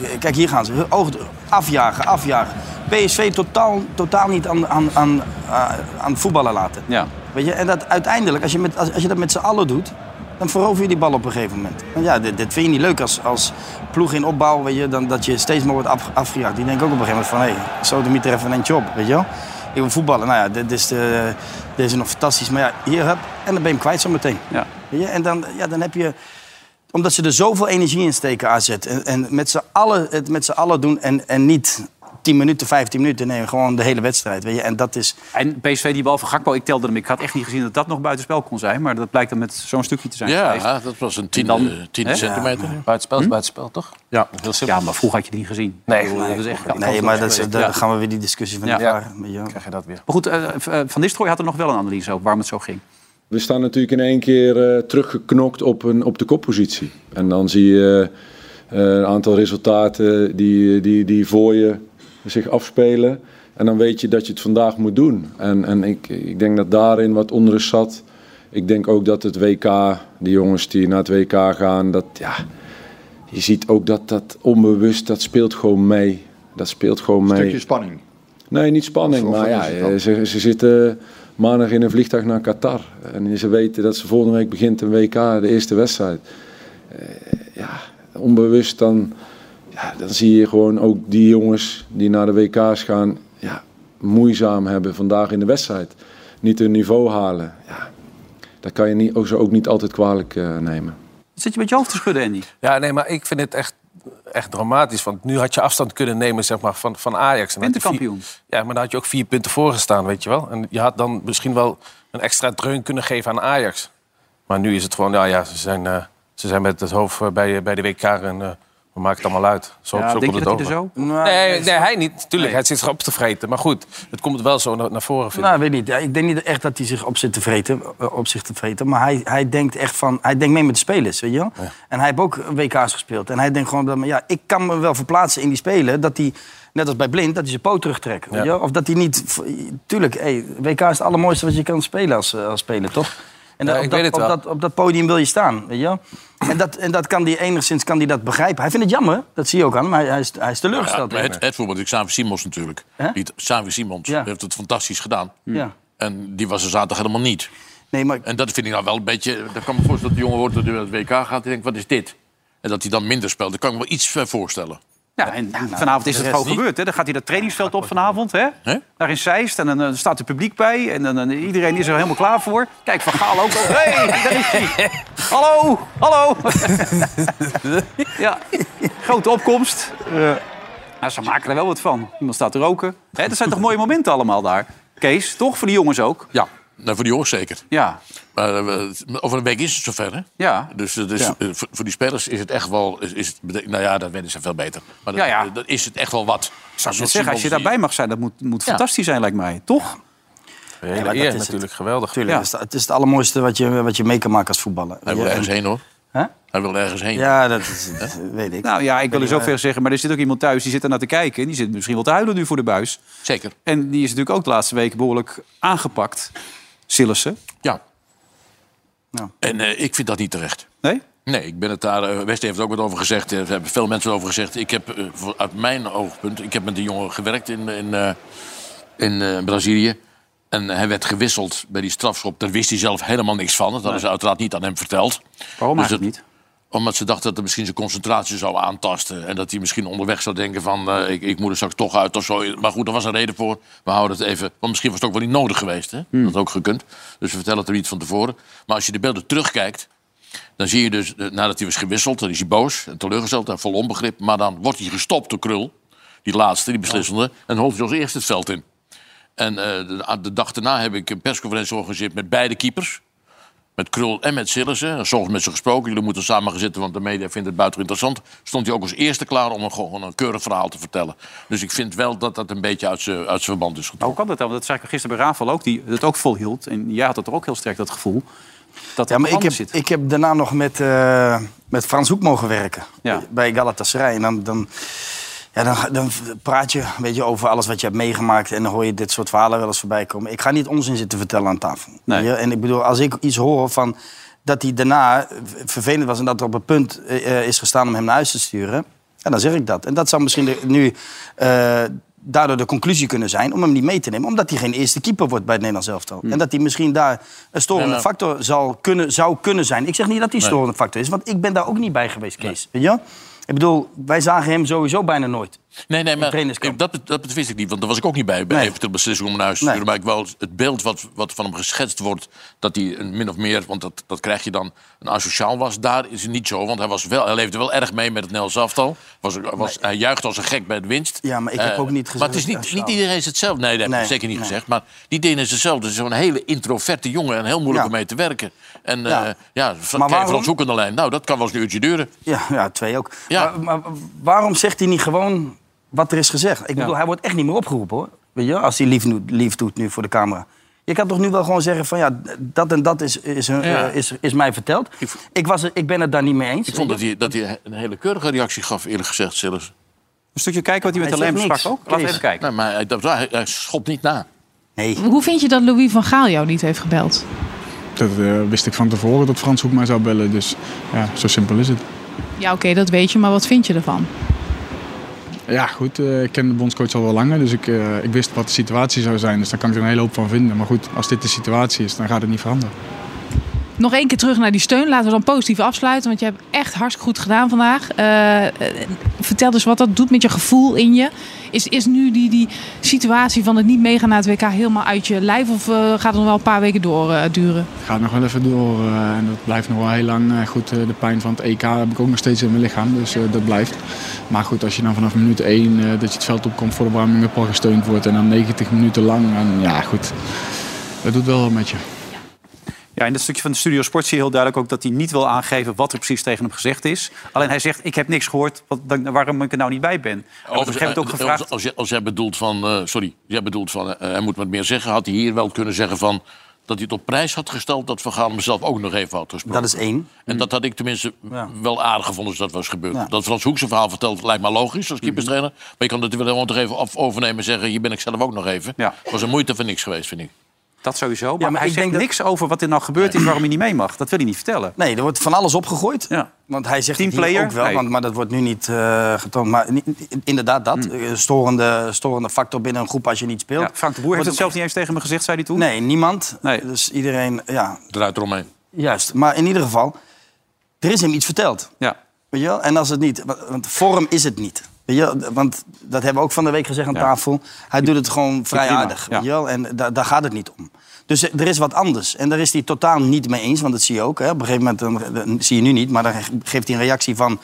S4: Je, eh, kijk, hier gaan ze. Hoog, dru- afjagen, afjagen. PSV totaal, totaal niet aan, aan, aan, eh, aan het voetballen laten.
S2: Ja.
S4: Weet je? En dat uiteindelijk, als je, met, als, als je dat met z'n allen doet, dan verover je die bal op een gegeven moment. Want ja, dit, dit vind je niet leuk als, als ploeg in opbouw, weet je, dan, dat je steeds maar wordt af, afgejaagd. Die denken ook op een gegeven moment van, hé, hey, zo de mieter even een job, weet je wel. Ik wil voetballen, nou ja, dit, dit is, de, dit is nog fantastisch. Maar ja, hier, heb en dan ben je hem kwijt zometeen.
S2: Ja.
S4: Weet je? En dan, ja, dan heb je omdat ze er zoveel energie in steken, AZ. En, en met z'n allen het met z'n allen doen en, en niet 10 minuten, 15 minuten. Nee, gewoon de hele wedstrijd. Weet je? En dat is...
S2: En PSV die bal van Gakpo, ik telde hem. Ik had echt niet gezien dat dat nog buitenspel kon zijn. Maar dat blijkt dan met zo'n stukje te zijn
S3: Ja,
S2: geweest.
S3: dat was een
S2: En dan,
S3: tiende, tiende
S2: hè?
S3: centimeter. Hm?
S10: Buitenspel is buitenspel, toch?
S2: Ja, ja, maar vroeg had je die niet gezien.
S10: Nee,
S2: Ik bedoel,
S10: nee,
S2: dat is echt-
S4: Nee, maar dat is,
S2: Ja.
S4: daar gaan we weer die discussie van
S2: Ja.
S4: ja. elkaar.
S10: Krijg je dat weer.
S2: Maar goed, eh, v- eh, Van Nistelrooy had er nog wel een analyse over waarom het zo ging.
S15: We staan natuurlijk in één keer eh, teruggeknokt op, een, op de koppositie. En dan zie je eh, een aantal resultaten die, die, die voor je zich afspelen. En dan weet je dat je het vandaag moet doen. En, en ik, ik denk dat daarin wat onrust zat. Ik denk ook dat het WK, die jongens die naar het WK gaan, dat ja, je ziet ook dat dat onbewust, dat speelt gewoon mee. Dat speelt gewoon mee.
S16: Stukje spanning.
S15: Nee, niet spanning.
S16: Of- of
S15: maar
S16: wat
S15: ja,
S16: is het dan?
S15: eh, ze, ze zitten maandag in een vliegtuig naar Qatar. En ze weten dat ze volgende week begint een WK, de eerste wedstrijd. Eh, ja, onbewust dan, ja, dan zie je gewoon ook die jongens die naar de WK's gaan... Ja, moeizaam hebben vandaag in de wedstrijd. Niet hun niveau halen. Ja, dat kan je niet, ook, zo ook niet altijd kwalijk eh, nemen.
S2: Zit je met je hoofd te schudden, Andy?
S10: Ja, nee, maar ik vind het echt, echt dramatisch. Want nu had je afstand kunnen nemen zeg maar, van, van Ajax. En dan had je
S2: Winterkampioen.
S10: vier- Ja, maar dan had je ook vier punten voor gestaan, weet je wel. En je had dan misschien wel een extra dreun kunnen geven aan Ajax. Maar nu is het gewoon, nou ja, ze zijn, eh, ze zijn met het hoofd eh, bij, bij de WK en eh, we maken het allemaal uit. Zo,
S2: Ja,
S10: zo
S2: denk
S10: komt
S2: je
S10: het
S2: dat hij
S10: over.
S2: er zo-
S10: Nee, nee, hij niet. Tuurlijk, hij zit zich op te vreten. Maar goed, het komt wel zo naar, naar voren, vind ik.
S4: Nou, weet niet. Ja, ik denk niet echt dat hij zich op zit te vreten. eh, Op zich te vreten maar hij, hij denkt echt van... Hij denkt mee met de spelers, weet je wel? En hij heeft ook WK's gespeeld. En hij denkt gewoon... Dat, ja, ik kan me wel verplaatsen in die spelen. Dat hij, net als bij Blind, dat hij zijn poot terugtrekt. Weet je wel? Of dat hij niet... v- Tuurlijk, hey, WK is het allermooiste wat je kan spelen als, eh, als speler, toch? En
S10: Ja,
S4: dat-
S10: ik
S4: op, dat,
S10: weet het
S4: op,
S10: wel.
S4: dat, op dat podium wil je staan, weet je wel? En dat, en dat kan die enigszins kan die dat begrijpen. Hij vindt het jammer, dat zie je ook aan hem. Hij, hij, is, hij is teleurgesteld.
S3: Ja, maar het, het voorbeeld, ik Xavi Simons natuurlijk. Die Xavi Simons heeft het fantastisch gedaan.
S4: Ja.
S3: En die was er zaterdag helemaal niet.
S4: Nee, maar...
S3: En dat vind ik nou wel een beetje... Dat kan me voorstellen dat de jongen wordt dat hij naar het WK gaat. Die denkt, wat is dit? En dat hij dan minder speelt. Dat kan ik me wel iets eh, voorstellen.
S2: Ja, en vanavond
S3: de
S2: is het
S3: rest
S2: gewoon
S3: niet.
S2: gebeurd. Hè? Dan gaat hij dat trainingsveld op vanavond. Hè? Daar in Zeist. En dan eh, staat het publiek bij. En dan, dan- eh, iedereen is er helemaal klaar voor. Kijk, Van Gaal ook. al. Hé, hey, daar is hij. Hallo, hallo. ja, grote opkomst. Eh, Nou, ze maken er wel wat van. Iemand staat te roken. Hè, dat zijn toch mooie momenten allemaal daar. Kees, toch? Voor die jongens ook.
S3: Ja, nou, voor die jongens zeker.
S2: Ja.
S3: Maar eh, we- over een week is het zover, hè?
S2: Ja.
S3: Dus, eh, dus
S2: Ja.
S3: eh, voor, voor die spelers is het echt wel... Is, is het, bete- nou ja, dat weten ze veel beter. Maar dat,
S2: Ja, ja.
S3: dat is het echt wel wat.
S2: Ik zou
S3: Zo'n
S2: net zeggen,
S3: Simons
S2: als je
S3: die-
S2: daarbij mag zijn, dat moet, moet fantastisch zijn, lijkt mij. Toch?
S4: Ja, maar dat
S10: eer
S4: is het.
S10: natuurlijk geweldig.
S4: Tuurlijk,
S2: Ja.
S4: het, is, het is het allermooiste wat je, wat je mee kan maken als voetballer.
S3: Hij wil
S4: Ja, en-
S3: ergens heen, hoor. Hij wil ergens heen.
S4: Ja, dat, is- dat weet ik. eh,
S2: Nou ja, ik wil er
S4: niet waar.
S2: zoveel zeggen, maar er zit ook iemand thuis die zit ernaar te kijken. En die zit misschien wel te huilen nu voor de buis.
S3: Zeker.
S2: En die is natuurlijk ook de laatste weken behoorlijk aangepakt. Sillessen.
S3: Ja. En eh, ik vind dat niet terecht.
S2: Nee?
S3: Nee, ik ben het daar. eh, West heeft er ook wat over gezegd. eh, Er hebben veel mensen over gezegd. Ik heb, eh, voor- uit mijn oogpunt, ik heb met die jongen gewerkt in, in, eh, in eh, Brazilië. En hij werd gewisseld bij die strafschop. Daar wist hij zelf helemaal niks van. Dat hadden ze uiteraard niet aan hem verteld.
S2: Waarom
S3: Dus
S2: eigenlijk niet?
S3: Omdat ze dachten dat het misschien zijn concentratie zou aantasten. En dat hij misschien onderweg zou denken van... eh, ik, ik moet er straks toch uit of zo. Maar goed, daar was een reden voor. We houden het even... Want misschien was het ook wel niet nodig geweest. Hè? Dat had ook gekund. Dus we vertellen het er niet van tevoren. Maar als je de beelden terugkijkt... Dan zie je dus, eh, nadat hij was gewisseld, dan is hij boos en teleurgesteld en vol onbegrip. Maar dan wordt hij gestopt door Krul, die laatste, die beslissende. En dan holt hij als eerste het veld in. En eh, de, de dag daarna heb ik een persconferentie georganiseerd met beide keepers. Met Krul en met Sillissen. En soms met ze gesproken. Jullie moeten samen gaan zitten, want de media vindt het buitengewoon interessant. Stond hij ook als eerste klaar om een, gewoon een keurig verhaal te vertellen. Dus ik vind wel dat dat een beetje uit zijn uit zijn verband is
S2: Maar Nou, hoe kan dat dan? Want dat zei ik gisteren bij Rafael ook, die het ook volhield. En jij had dat er ook heel sterk, dat gevoel. Dat
S4: Ja, maar ik heb,
S2: zit.
S4: ik heb daarna nog met, eh, met Frans Hoek mogen werken. Bij Galatasaray. En dan, dan, ja, dan, dan praat je een beetje over alles wat je hebt meegemaakt. En dan hoor je dit soort verhalen wel eens voorbij komen. Ik ga niet onzin zitten vertellen aan tafel.
S2: Nee.
S4: Ja, en ik bedoel, als ik iets hoor van dat hij daarna eh, vervelend was... en dat er op het punt eh, eh, is gestaan om hem naar huis te sturen... Ja, dan zeg ik dat. En dat zou misschien de- nu... eh, Daardoor de conclusie kunnen zijn om hem niet mee te nemen. Omdat hij geen eerste keeper wordt bij het Nederlands elftal. En dat hij misschien daar een storende
S5: Hm. Nee, maar-
S4: factor zal kunnen, zou kunnen zijn. Ik zeg niet dat hij
S5: Nee.
S4: storende factor is, want ik ben daar ook niet bij geweest, Kees. Weet je? wel? Ik bedoel, wij zagen hem sowieso bijna nooit.
S3: Nee, nee, maar ik- dat, dat wist ik niet, want daar was ik ook niet bij. Bij eventueel beslissing om naar huis te sturen. Maar ik wel het beeld wat, wat van hem geschetst wordt... dat hij een min of meer, want dat, dat krijg je dan, een asociaal was. Daar is het niet zo, want hij, was wel, hij leefde wel erg mee met het Nels aftal. Was, was, Hij juichte als een gek bij het winst.
S4: Ja, maar ik heb
S3: Eh,
S4: ook niet gezegd
S3: Maar het is
S4: dat
S3: niet,
S4: asociaal
S3: niet iedereen is hetzelfde. Nee, dat heb ik
S4: Nee,
S3: zeker niet
S4: nee.
S3: gezegd. Maar die ding is hetzelfde. Het is zo'n hele introverte jongen en heel moeilijk
S4: Ja.
S3: om mee te werken. En
S4: Ja.
S3: ja, ja van,
S4: Maar
S3: krijg je
S4: waarom-
S3: Frans Hoek aan de lijn. Nou, dat kan wel eens een uurtje duren.
S4: Ja, ja twee ook. Maar, maar waarom zegt hij niet gewoon wat er is gezegd? Ik bedoel, hij wordt echt niet meer opgeroepen, hoor. Weet je, wel, als hij lief, nu- lief doet nu voor de camera. Je kan toch nu wel gewoon zeggen van ja, dat en dat is, is, hun-
S3: Ja.
S4: eh, is, is mij verteld. Ik, was, er- ik ben het daar niet mee eens.
S3: Ik vond dat hij, dat hij een hele keurige reactie gaf, eerlijk gezegd, zelfs.
S2: Een stukje kijken wat hij met
S3: Hij
S2: de lem
S3: zegt
S2: sprak
S3: niks.
S2: ook. Laten we
S3: Kees.
S2: even kijken.
S3: Nee, maar hij, dat- hij, hij schopt niet na.
S4: Nee.
S16: Hoe vind je dat Louis van Gaal jou niet heeft gebeld?
S17: Dat eh, wist ik van tevoren dat Frans Hoek mij zou bellen. Dus ja, zo simpel is het.
S16: Ja, oké, dat weet je, maar wat vind je ervan?
S17: Ja, goed. eh, ik ken de bondscoach al wel langer. Dus ik, eh, ik wist wat de situatie zou zijn. Dus daar kan ik er een hele hoop van vinden. Maar goed, als dit de situatie is, dan gaat het niet veranderen.
S16: Nog één keer terug naar die steun. Laten we dan positief afsluiten, want je hebt echt hartstikke goed gedaan vandaag. Eh, eh, vertel dus wat dat doet met je gevoel in je. Is, is nu die, die situatie van het niet meegaan naar het WK helemaal uit je lijf of eh, gaat het nog wel een paar weken door eh, duren?
S17: Het gaat nog wel even door. eh, en dat blijft nog wel heel lang. Eh, goed, eh, de pijn van het EK heb ik ook nog steeds in mijn lichaam. Dus eh, dat blijft. Maar goed, als je dan vanaf minuut 1 eh, dat je het veld opkomt voor de warming-up al gesteund wordt. En dan 90 minuten lang. En ja, goed. Dat doet wel wat met je.
S2: Ja, in dat stukje van de Studio Sport zie je heel duidelijk ook dat hij niet wil aangeven wat er precies tegen hem gezegd is. Alleen hij zegt: Ik heb niks gehoord wat, dan- waarom ik er nou niet bij ben. Hij wordt op een gegeven moment ook
S3: Overigens,
S2: gevraagd.
S3: Eh, Als, als, jij- als jij bedoelt van, eh, sorry, jij bedoelt van, eh, hij moet wat meer zeggen, had hij hier wel kunnen zeggen van dat hij het op prijs had gesteld dat Van Gaal mezelf ook nog even had gesproken.
S4: Dat is één.
S3: En dat had ik tenminste wel aardig gevonden als dat was gebeurd.
S4: Ja.
S3: Dat Frans Hoek zijn verhaal vertelt lijkt me logisch als keeperstrainer.
S2: Mhm.
S3: Maar je kan het wel gewoon toch even af- overnemen en zeggen, hier ben ik zelf ook nog even. was een moeite voor niks geweest, vind ik.
S2: Dat sowieso. Maar,
S4: maar
S2: hij
S4: ik
S2: zegt
S4: denk dat-
S2: niks over wat er nou gebeurd is, waarom hij niet mee mag. Dat wil hij niet vertellen.
S4: Nee, er wordt van alles opgegooid. Want hij zegt het hier
S2: Teamplayer?
S4: ook wel,
S2: Nee.
S4: want, maar dat wordt nu niet eh, getoond. Maar ni- inderdaad dat, eh, storende, storende factor binnen een groep als je niet speelt.
S2: Hmm. Ja, Frank de Boer heeft
S4: Wordt-
S2: het zelf niet eens tegen me gezegd, zei hij toen.
S4: Nee, niemand. Dus iedereen, ja.
S3: Draait eromheen.
S4: Juist. Maar in ieder geval, er is hem iets verteld.
S2: Ja.
S4: Weet je wel? En als het niet, wa- want vorm is het niet. Weet je wel? Want dat hebben we ook van de week gezegd aan tafel. Hij doet het gewoon vrij
S2: prima,
S4: aardig.
S2: ja.
S4: Weet je wel? En da- daar gaat het niet om. Dus eh, er is wat anders. En daar is hij totaal niet mee eens. Want dat zie je ook. Hè? Op een gegeven moment, dan, dan zie je nu niet, maar dan geeft hij een reactie van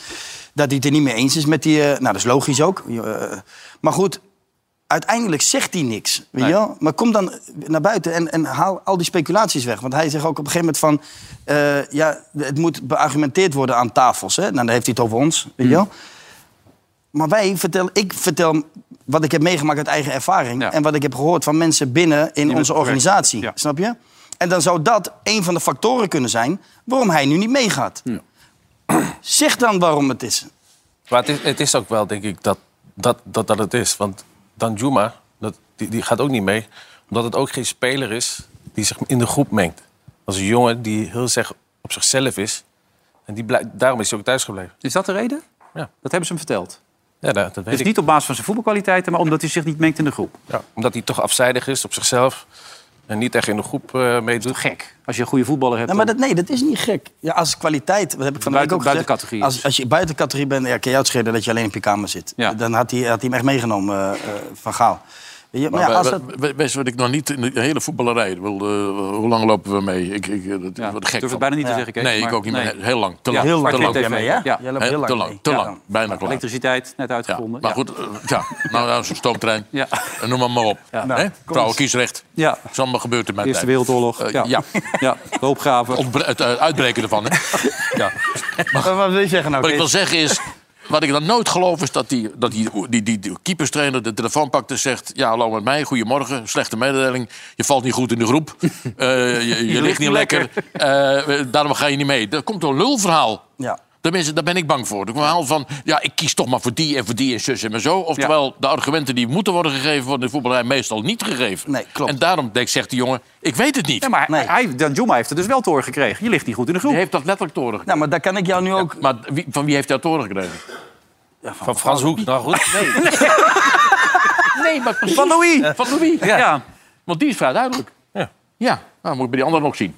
S4: dat hij het er niet mee eens is met die. eh, nou, dat is logisch ook. Eh, maar goed, uiteindelijk zegt hij niks. Weet je wel? Maar kom dan naar buiten en, en haal al die speculaties weg. Want hij zegt ook op een gegeven moment van... eh, ja, het moet beargumenteerd worden aan tafels. Hè? Nou, dan heeft hij het over ons. Weet
S2: Hmm.
S4: je wel? Maar wij vertellen, ik vertel wat ik heb meegemaakt uit eigen ervaring... en wat ik heb gehoord van mensen binnen in
S2: het
S4: onze
S2: correct.
S4: organisatie.
S2: Ja. Hmm.
S4: Snap je? En dan zou dat een van de factoren kunnen zijn... waarom hij nu niet meegaat. Zeg dan waarom het is.
S8: Maar het is, het is ook wel, denk ik, dat dat, dat, dat het is. Want Danjuma, dat, die, die gaat ook niet mee. Omdat het ook geen speler is die zich in de groep mengt. Dat is een jongen die heel zeg op zichzelf is. En die blijft, daarom is hij ook thuis gebleven.
S2: Is dat de reden?
S8: Ja.
S2: Dat hebben ze hem verteld.
S8: Ja, dat, dat weet
S2: Dus
S8: ik.
S2: niet op basis van zijn voetbalkwaliteiten, maar omdat hij zich niet mengt in de groep.
S8: Ja, omdat hij toch afzijdig is op zichzelf. En niet echt in de groep eh meedoet.
S2: Gek. Als je een goede voetballer hebt.
S4: Nee, maar dat, nee, dat is niet gek. Ja, als kwaliteit, dat heb ik van de week
S2: Buiten-
S4: ook gezegd.
S2: buitencategorie
S4: Als, als je buiten categorie bent, ja, kan je uitschelen dat je alleen op je kamer zit. Dan had hij, had hij hem echt meegenomen, eh, eh, Van Gaal. Weet je, maar,
S3: Maar
S4: ja, als
S3: we-
S4: dat...
S3: we- we- Weet je wat ik nog niet in de hele voetballerij. ik bedoel, eh, hoe lang lopen we mee? Ik, ik, eh, dat, wat gek
S2: durf het
S3: van.
S2: bijna niet te zeggen, Kees,
S3: Nee,
S2: maar-
S3: ik ook niet
S2: nee.
S3: meer. Heel lang. Te
S2: Ja,
S3: lang.
S2: heel lang.
S3: Te lang.
S2: Zwart-wit TV, hè? Ja. Jij loopt heel lang
S3: Te lang.
S2: mee.
S3: Te
S2: Ja.
S3: lang. Bijna klaar.
S2: Elektriciteit, net uitgevonden.
S3: Maar
S2: Ja.
S3: goed, eh, ja, nou, nou zo'n stoomtrein. Ja. Noem maar, maar op. Ja.
S2: Nou, kom
S3: Trouwen
S2: eens.
S3: kiesrecht.
S2: Ja.
S3: Is allemaal gebeurd in mijn
S2: Eerste
S3: tijd.
S2: Wereldoorlog.
S3: Eh,
S2: ja.
S3: ja.
S2: ja, de opgave.
S3: Ontbre- het eh, uitbreken ervan, hè? ja.
S4: wat wil je zeggen nou?
S3: Wat ik wil
S4: Kees?
S3: zeggen is... Wat ik dan nooit geloof is dat die, dat die, die, die, die keeperstrainer de telefoon pakt en zegt... Ja, hallo met mij, goedemorgen, slechte mededeling. Je valt niet goed in de groep. Eh, je, je ligt niet lekker. Eh, daarom ga je niet mee. Dat komt door een lulverhaal.
S4: Ja.
S3: Tenminste, daar ben ik bang voor. Het verhaal van, ja, ik kies toch maar voor die en voor die en zus en maar zo. Oftewel, de argumenten die moeten worden gegeven... worden in de voetballerij meestal niet gegeven.
S4: Nee, klopt.
S3: En daarom denk, ik, zegt de jongen, ik weet het niet.
S2: Ja, maar hij, Danjuma heeft er dus wel toren gekregen. Je ligt niet goed in de groep.
S3: Die heeft dat letterlijk toren gekregen.
S4: Nou, maar daar kan ik jou nu ook...
S3: Maar wie- van wie heeft hij dat toren gekregen?
S8: van, Frans Hoek. Nou goed.
S3: Nee, maar precies.
S2: Van Louis.
S3: Eh, Van Louis, ja.
S2: Ja.
S3: Want die is vrij duidelijk. Ja, ja. nou moet ik bij die anderen nog zien.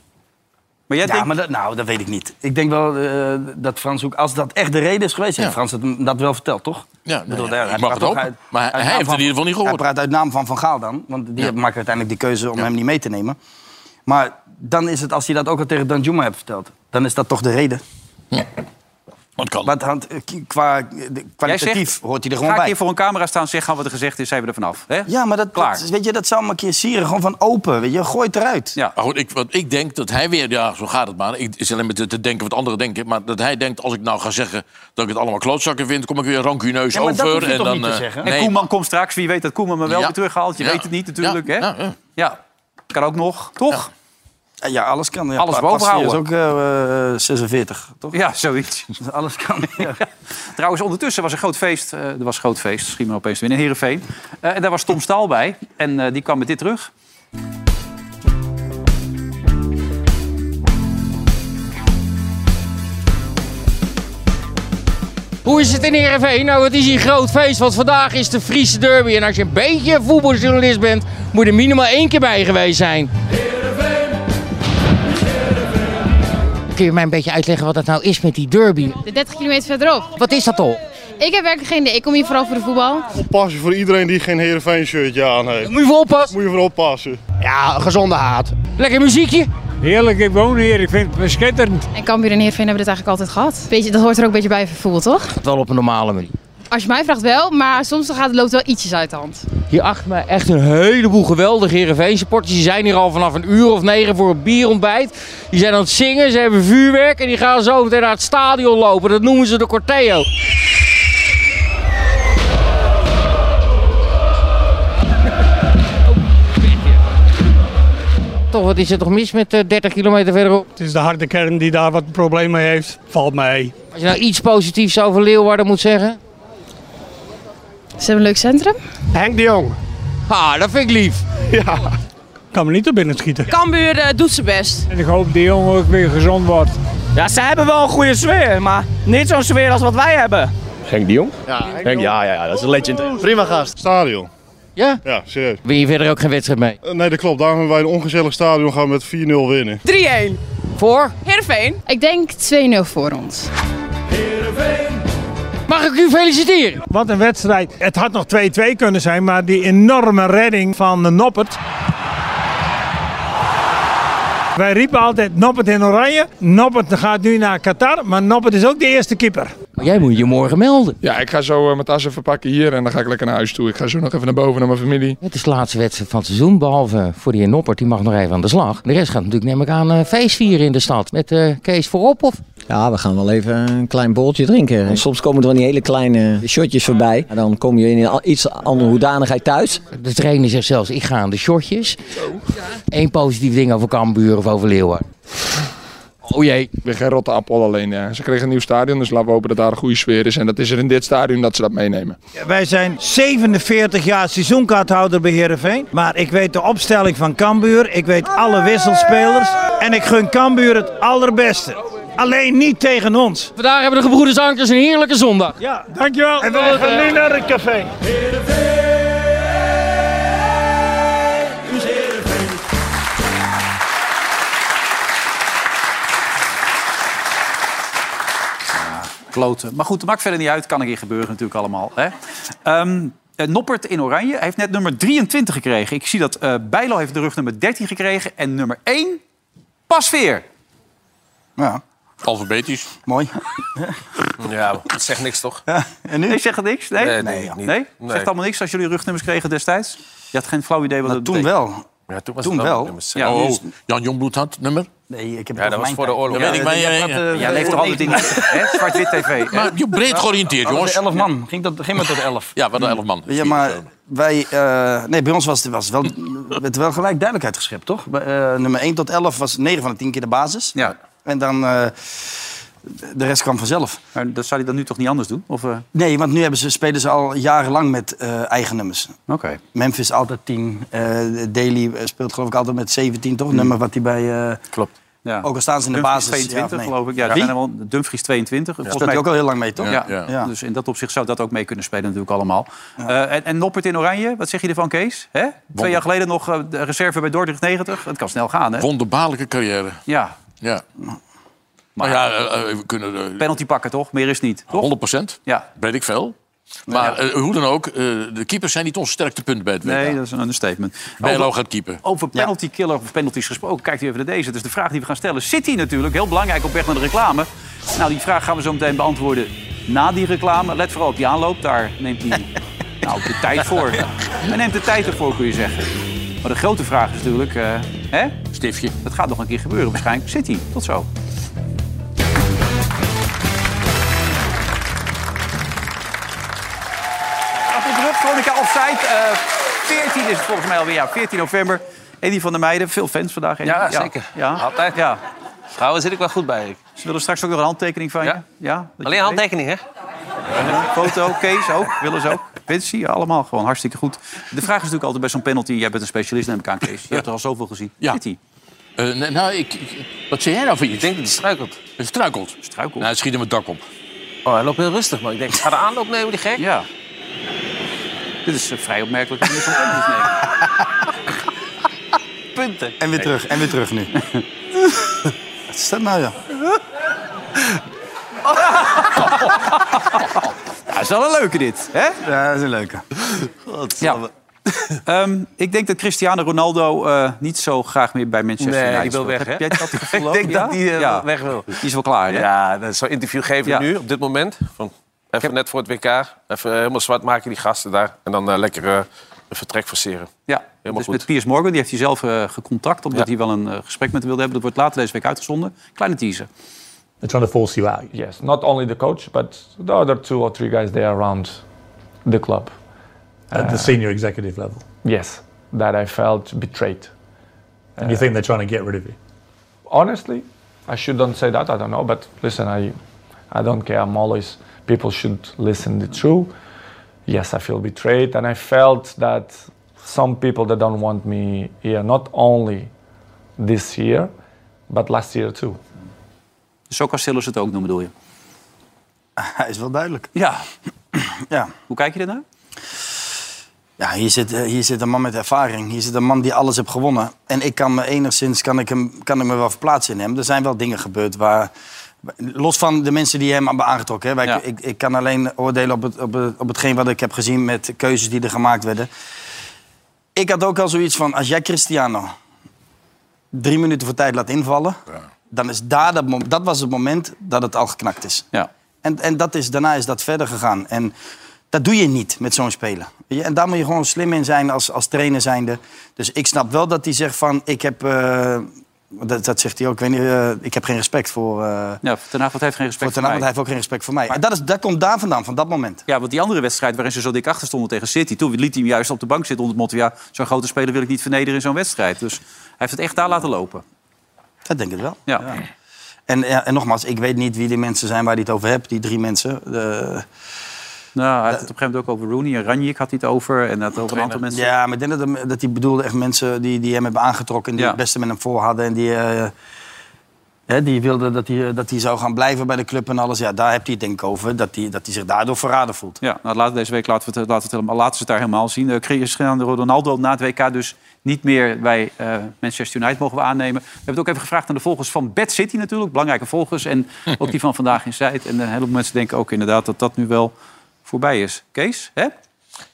S2: Maar jij
S4: ja, maar dat, nou, dat weet ik niet. Ik denk wel eh, dat Frans ook, als dat echt de reden is geweest, heeft Frans het hem dat wel verteld, toch?
S3: Ja,
S4: Ik bedoel,
S3: nou ja,
S4: hij
S3: ik mag het
S4: praat toch
S3: hopen.
S4: uit-
S3: Maar hij- hij
S4: uit naam
S3: heeft het in ieder geval niet gehoord.
S4: Hij praat uit naam van Van Gaal dan, want die
S3: Ja.
S4: maakt uiteindelijk die keuze om hem niet mee te nemen. Maar dan is het, als hij dat ook al tegen Danjuma hebt verteld, dan is dat toch de reden.
S3: Wat kan.
S4: Want hand- eh, qua eh, de- kwalitatief hoort hij er gewoon
S2: ga
S4: bij.
S2: ik hier voor een camera staan, zeg wat er gezegd is, zijn we er vanaf. Hè?
S4: Ja, maar dat,
S2: Klaar.
S4: dat- Dus weet je, dat zou maar een keer sieren, gewoon van open, weet je, gooi het eruit.
S2: Ja.
S3: Maar goed, ik, want ik denk dat hij weer, ja, zo gaat het maar. Ik het is alleen maar te, te denken wat anderen denken. Maar dat hij denkt, als ik nou ga zeggen dat ik het allemaal klootzakken vind, kom ik weer rancuneus
S4: Ja, maar dat
S3: over.
S4: hoef je
S3: en
S4: toch
S3: dan,
S4: niet te
S3: eh,
S4: zeggen?
S2: En
S3: Nee,
S2: Koeman komt straks, wie weet dat Koeman me wel
S3: Ja.
S2: weer terughaalt. Je
S3: Ja.
S2: weet het niet natuurlijk,
S3: Ja.
S2: hè?
S3: Ja, ja.
S2: Ja. kan ook nog, toch?
S4: Ja, ja, alles kan. Ja,
S2: Alles
S4: Pa-
S2: boven
S4: Pasveer is
S2: houden.
S4: ook eh, eh, 46, toch? Dus
S2: Ja, zoiets.
S4: Alles kan. ja.
S2: Trouwens, ondertussen was een groot feest. eh, er was een groot feest, schiet me opeens te winnen, in Heerenveen. Eh, en daar was Tom Staal bij. En eh, die kwam met dit terug.
S18: Hoe is het in Heerenveen? Nou, het is hier groot feest, want vandaag is de Friese derby. En als je een beetje een voetbaljournalist bent, moet je er minimaal één keer bij geweest zijn. Kun je mij een beetje uitleggen wat dat nou is met die derby?
S19: De 30 kilometer verderop.
S18: Wat is dat al?
S19: Ik heb werkelijk geen idee. Ik kom hier vooral voor de voetbal.
S20: Oppassen voor iedereen die geen Heerenveen shirtje aan heeft.
S18: Moet je voor oppassen?
S20: Moet je voor oppassen.
S18: Ja, gezonde haat. Lekker muziekje? Heerlijk, ik woon hier. Ik vind het schitterend.
S19: En Cambuur en Heerenveen hebben dit eigenlijk altijd gehad. Beetje, dat hoort er ook een beetje bij voor voetbal, toch?
S18: Wel op een normale manier.
S19: Als je mij vraagt wel, maar soms dan gaat, loopt het wel ietsjes uit de hand.
S18: Hier achter mij echt een heleboel geweldige Heerenveen supporters. Die zijn hier al vanaf een uur of negen voor een bierontbijt. Die zijn aan het zingen, ze hebben vuurwerk en die gaan zo meteen naar het stadion lopen. Dat noemen ze de corteo. Toch, wat is er toch mis met eh, 30 kilometer verderop?
S21: Het is de harde kern die daar wat problemen heeft. Valt mee.
S18: Als je nou iets positiefs over Leeuwarden moet zeggen.
S19: Ze hebben een leuk centrum.
S21: Henk de Jong.
S18: Ah, dat vind ik lief.
S21: Ja. Kan me niet er binnen schieten.
S22: Cambuur eh, doet zijn best. En ik hoop die jongen ook weer gezond wordt. Ja, ze hebben wel een goede sfeer, maar niet zo'n sfeer als wat wij hebben.
S23: Henk de Jong?
S20: Ja,
S23: Henk, ja, ja, ja, dat is een legend.
S20: Prima gast. Stadion.
S18: Ja?
S20: Ja, serieus.
S18: Win je verder ook geen wedstrijd mee?
S20: Eh, Nee, dat klopt. Daarom hebben wij een ongezellig stadion gaan met 4-0 winnen.
S19: 3-1.
S18: Voor?
S19: Heerenveen. Ik denk 2-0 voor ons.
S18: Mag ik u feliciteren?
S22: Wat een wedstrijd. Het had nog 2-2 kunnen zijn, maar die enorme redding van eh, Noppert. Wij riepen altijd Noppert in oranje. Noppert gaat nu naar Qatar, maar Noppert is ook de eerste keeper.
S18: Jij moet je morgen melden.
S24: Ja, ik ga zo eh, mijn tas even pakken hier en dan ga ik lekker naar huis toe. Ik ga zo nog even naar boven naar mijn familie.
S18: Het is de laatste wedstrijd van het seizoen, behalve voor die heer Noppert, die mag nog even aan de slag. De rest gaat natuurlijk, neem ik aan, eh, feest vieren in de stad. Met eh, Kees voorop of?
S25: Ja, we gaan wel even een klein bolletje drinken. En soms komen er van die hele kleine shotjes voorbij. En dan kom je in een a- iets andere hoedanigheid thuis.
S18: De trainer zegt zelfs, ik ga aan de shortjes. Eén positief ding over Cambuur of over Leeuwarden.
S24: Oh jee. Weer geen rotte appel alleen. eh, ze kregen een nieuw stadion, dus laten we hopen dat daar een goede sfeer is. En dat is er in dit stadion dat ze dat meenemen.
S1: Wij zijn 47 jaar seizoenkaarthouder bij Heerenveen. Maar ik weet de opstelling van Cambuur. Ik weet alle wisselspelers. En ik gun Cambuur het allerbeste. Alleen niet tegen ons.
S18: Vandaag hebben de gebroeders Ankers een heerlijke zondag.
S1: Ja, dankjewel. En we gaan nu naar het café.
S2: kloten. Maar goed, dat maakt verder niet uit. Kan een keer gebeuren natuurlijk allemaal. Hè? Ehm, eh, Noppert in Oranje hij heeft net nummer 23 gekregen. Ik zie dat eh Bijlo heeft de rug nummer 13 gekregen. En nummer 1, Pasveer.
S3: Ja. Alfabetisch.
S4: Mooi.
S10: Ja, het zegt niks toch?
S4: En nu?
S2: Nee, zegt het niks? Nee?
S10: Nee, nee, niet.
S2: nee?
S10: Nee.
S2: Zegt allemaal niks als jullie rugnummers kregen destijds? Je had geen flauw idee wat
S4: Nou,
S2: dat
S4: toen
S2: betekent.
S4: wel.
S10: Ja, toen
S4: Toen wel.
S2: Ja, dus-
S3: oh,
S2: nu is-
S3: oh, Jan Jongbloed had nummer?
S4: Nee, ik heb
S10: Ja, dat was voor de oorlog.
S3: Ja, weet ik, maar jij-
S2: Jij leeft toch altijd in hè? zwart-wit tv. hè?
S3: Maar je breed georiënteerd, jongens.
S4: Elf man. Ging, dat, ging maar tot elf.
S3: Ja, we hadden elf man.
S4: Ja, maar wij... eh, nee, bij ons was het, was het wel, werd wel gelijk duidelijkheid geschept, toch? Bij, eh, nummer 1 tot 11 was 9 van de 10 keer de basis.
S2: Ja.
S4: En dan... eh, de rest kwam vanzelf.
S2: Maar dat zou hij dan nu toch niet anders doen? Of, eh?
S4: Nee, want nu hebben ze, spelen ze al jarenlang met eh, eigen nummers.
S2: Oké.
S4: Memphis altijd 10. eh Daly speelt geloof ik altijd met 17, toch? Nummer wat hij bij... eh,
S2: Klopt. Ja.
S4: Ook al staan ze in de
S2: Dumfries
S4: basis, ja,
S2: 22,
S4: of nee?
S2: geloof ik. Ja, er
S4: Wie?
S2: zijn er wel, Dumfries 22. Volgens
S4: Speelt hij ook al heel lang mee, toch?
S2: Ja.
S4: Ja.
S2: Ja. Dus in dat opzicht zou dat ook mee kunnen spelen natuurlijk allemaal. Eh, en, en Noppert in Oranje, wat zeg je ervan, Kees? Hè? Twee jaar geleden nog eh, de reserve bij Dordrecht 90. Het kan snel gaan, hè?
S3: Wonderbaarlijke carrière.
S2: Ja,
S3: Ja. Maar ja, eh, eh, we kunnen... eh,
S2: penalty pakken toch? Meer is niet, toch?
S3: 100 procent.
S2: Ja.
S3: Weet ik veel. Maar
S2: Ja.
S3: eh, hoe dan ook, eh, de keepers zijn niet ons sterkte punt bij het WK.
S2: Nee, dat is een understatement.
S3: Bijlo
S2: Over-
S3: gaat keeper.
S2: Over penalty killer of penalties gesproken, kijkt u even naar deze. Dus de vraag die we gaan stellen, City natuurlijk, heel belangrijk op weg naar de reclame. Nou, die vraag gaan we zo meteen beantwoorden na die reclame. Let vooral op die aanloop, daar neemt hij nou, de tijd voor. Hij neemt de tijd ervoor, kun je zeggen. Maar de grote vraag is natuurlijk, eh, hè? Stiftje. Dat gaat nog een keer gebeuren waarschijnlijk. City, tot zo. Achter de rug, Veronica offside. Eh 14 is het volgens mij alweer, ja, 14 november. Edie van der Meijden, veel fans vandaag. Edie.
S10: Ja, zeker.
S2: Ja.
S10: Altijd.
S2: Ja.
S10: Trouwens, zit ik wel goed bij.
S2: Ze willen straks ook nog een handtekening van je. Ja? dat je
S10: Alleen
S2: weet.
S10: handtekening, hè?
S2: Ja, Foto, Kees ook, willen ze ook. Vinci, allemaal gewoon hartstikke goed. De vraag is natuurlijk altijd bij zo'n penalty... jij bent een specialist, neem ik aan, Kees. Je hebt er al zoveel gezien.
S3: Ja.
S2: City.
S3: Eh, nee, nou, ik, ik- wat zei jij nou van iets? Ik denk dat hij struikelt. Het struikelt?
S2: Struikelt.
S3: Nou, hij schiet hem het dak op. Oh,
S10: Oh, hij loopt heel rustig, maar ik denk, ga de aanloop nemen, die gek.
S2: Ja. Dit is eh, een vrij opmerkelijk manier van penalties nemen.
S10: Punten.
S4: En weer terug, en weer terug nu. Wat is dat nou, ja?
S2: Ja, dat is wel een leuke dit, hè?
S4: Ja, dat is een leuke.
S2: Ja. Ehm, ik denk dat Cristiano Ronaldo eh, niet zo graag meer bij Manchester
S10: Nee,
S2: United
S10: die wil
S2: speelt.
S10: weg,
S2: Heb
S10: hè?
S2: jij dat gevoel
S10: Ik
S2: ook?
S10: denk
S2: Ja?
S10: dat die eh,
S2: Ja.
S10: weg wil.
S2: Die is wel klaar, hè?
S10: Ja, dat- zo'n interview geven we
S2: Ja.
S10: nu, op dit moment. Van, even net voor het WK. Even eh, helemaal zwart maken die gasten daar. En dan eh, lekker eh, een vertrek forceren.
S2: Ja,
S10: Helemaal
S2: dus
S10: goed.
S2: met Piers Morgan, die heeft hij zelf eh, gecontact... omdat
S10: Ja.
S2: hij wel een eh, gesprek met hem wilde hebben. Dat wordt later deze week uitgezonden. Kleine teaser.
S26: They're trying to force you out. Yes, not only the coach, but the other two or three guys there around the club.
S27: At the
S26: senior executive level? Yes, that I felt betrayed.
S27: And you think
S26: they're trying to get rid of you? Honestly, I shouldn't say that. I don't know, but listen, I, I don't care. I'm always, people should listen the truth. Yes, I feel betrayed, and I felt that some people that don't want me here, not only this year, but last year too.
S2: Dus zo kan Silas het ook doen, bedoel je?
S4: Hij is wel duidelijk.
S2: Ja.
S4: Ja.
S2: Hoe kijk je ernaar?
S4: Ja, hier zit, eh, hier zit een man met ervaring. Hier zit een man die alles heeft gewonnen. En ik kan me enigszins kan ik hem, kan ik me wel verplaatsen in hem. Er zijn wel dingen gebeurd waar. Los van de mensen die hem hebben aangetrokken. Hè. Wij-
S2: Ja.
S4: ik, ik kan alleen oordelen op, het, op, het, op hetgeen wat ik heb gezien met keuzes die er gemaakt werden. Ik had ook al zoiets van: als jij Cristiano drie minuten voor tijd laat invallen, dan is daar dat, mom- dat was het moment dat het al geknakt is.
S2: Ja.
S4: En, en dat is, daarna is dat verder gegaan. En dat doe je niet met zo'n speler. Weet je, En daar moet je gewoon slim in zijn als, als trainer zijnde. Dus ik snap wel dat hij zegt van... Ik heb, eh, dat, dat zegt hij ook, ik, weet niet, eh, ik heb geen respect voor... eh
S2: Ja, Ten Hag, wat heeft geen
S4: voor
S2: respect
S4: Ten
S2: voor
S4: Hag, want hij
S2: mij.
S4: heeft ook geen respect voor mij. En dat, is, dat komt daar vandaan, van dat moment.
S2: Ja, want die andere wedstrijd waarin ze zo dik achter stonden tegen City... toen liet hij hem juist op de bank zitten onder het motto... ja, zo'n grote speler wil ik niet vernederen in zo'n wedstrijd. Dus hij heeft het echt daar laten lopen.
S4: Dat denk ik wel.
S2: Ja.
S4: En, ja, en nogmaals, ik weet niet wie die mensen zijn waar hij het over hebt, die drie mensen. Eh, De-
S2: Nou, hij had het op een gegeven moment ook over Rooney. En Ranjik had hij het over. En dat over een aantal mensen.
S4: Ja, maar ik denk dat, hem- dat hij bedoelde echt mensen die, die hem hebben aangetrokken... en die
S2: Ja.
S4: het beste met hem voor hadden. En die, eh, hè, die wilden dat hij, dat hij zou gaan blijven bij de club en alles. Ja, daar heb hij het denk ik over, dat hij, dat hij zich daardoor verraden voelt.
S2: Ja, nou, later deze week laten we het, laten we het, helemaal, laten we het daar helemaal zien. Eh, Cristiano Ronaldo na het WK dus niet meer bij eh, Manchester United mogen we aannemen. We hebben het ook even gevraagd aan de volgers van Bad City natuurlijk. Belangrijke volgers. En ook die van Vandaag in Zuid. En eh, een heleboel mensen denken ook inderdaad dat dat nu wel voorbij is. Kees, hè?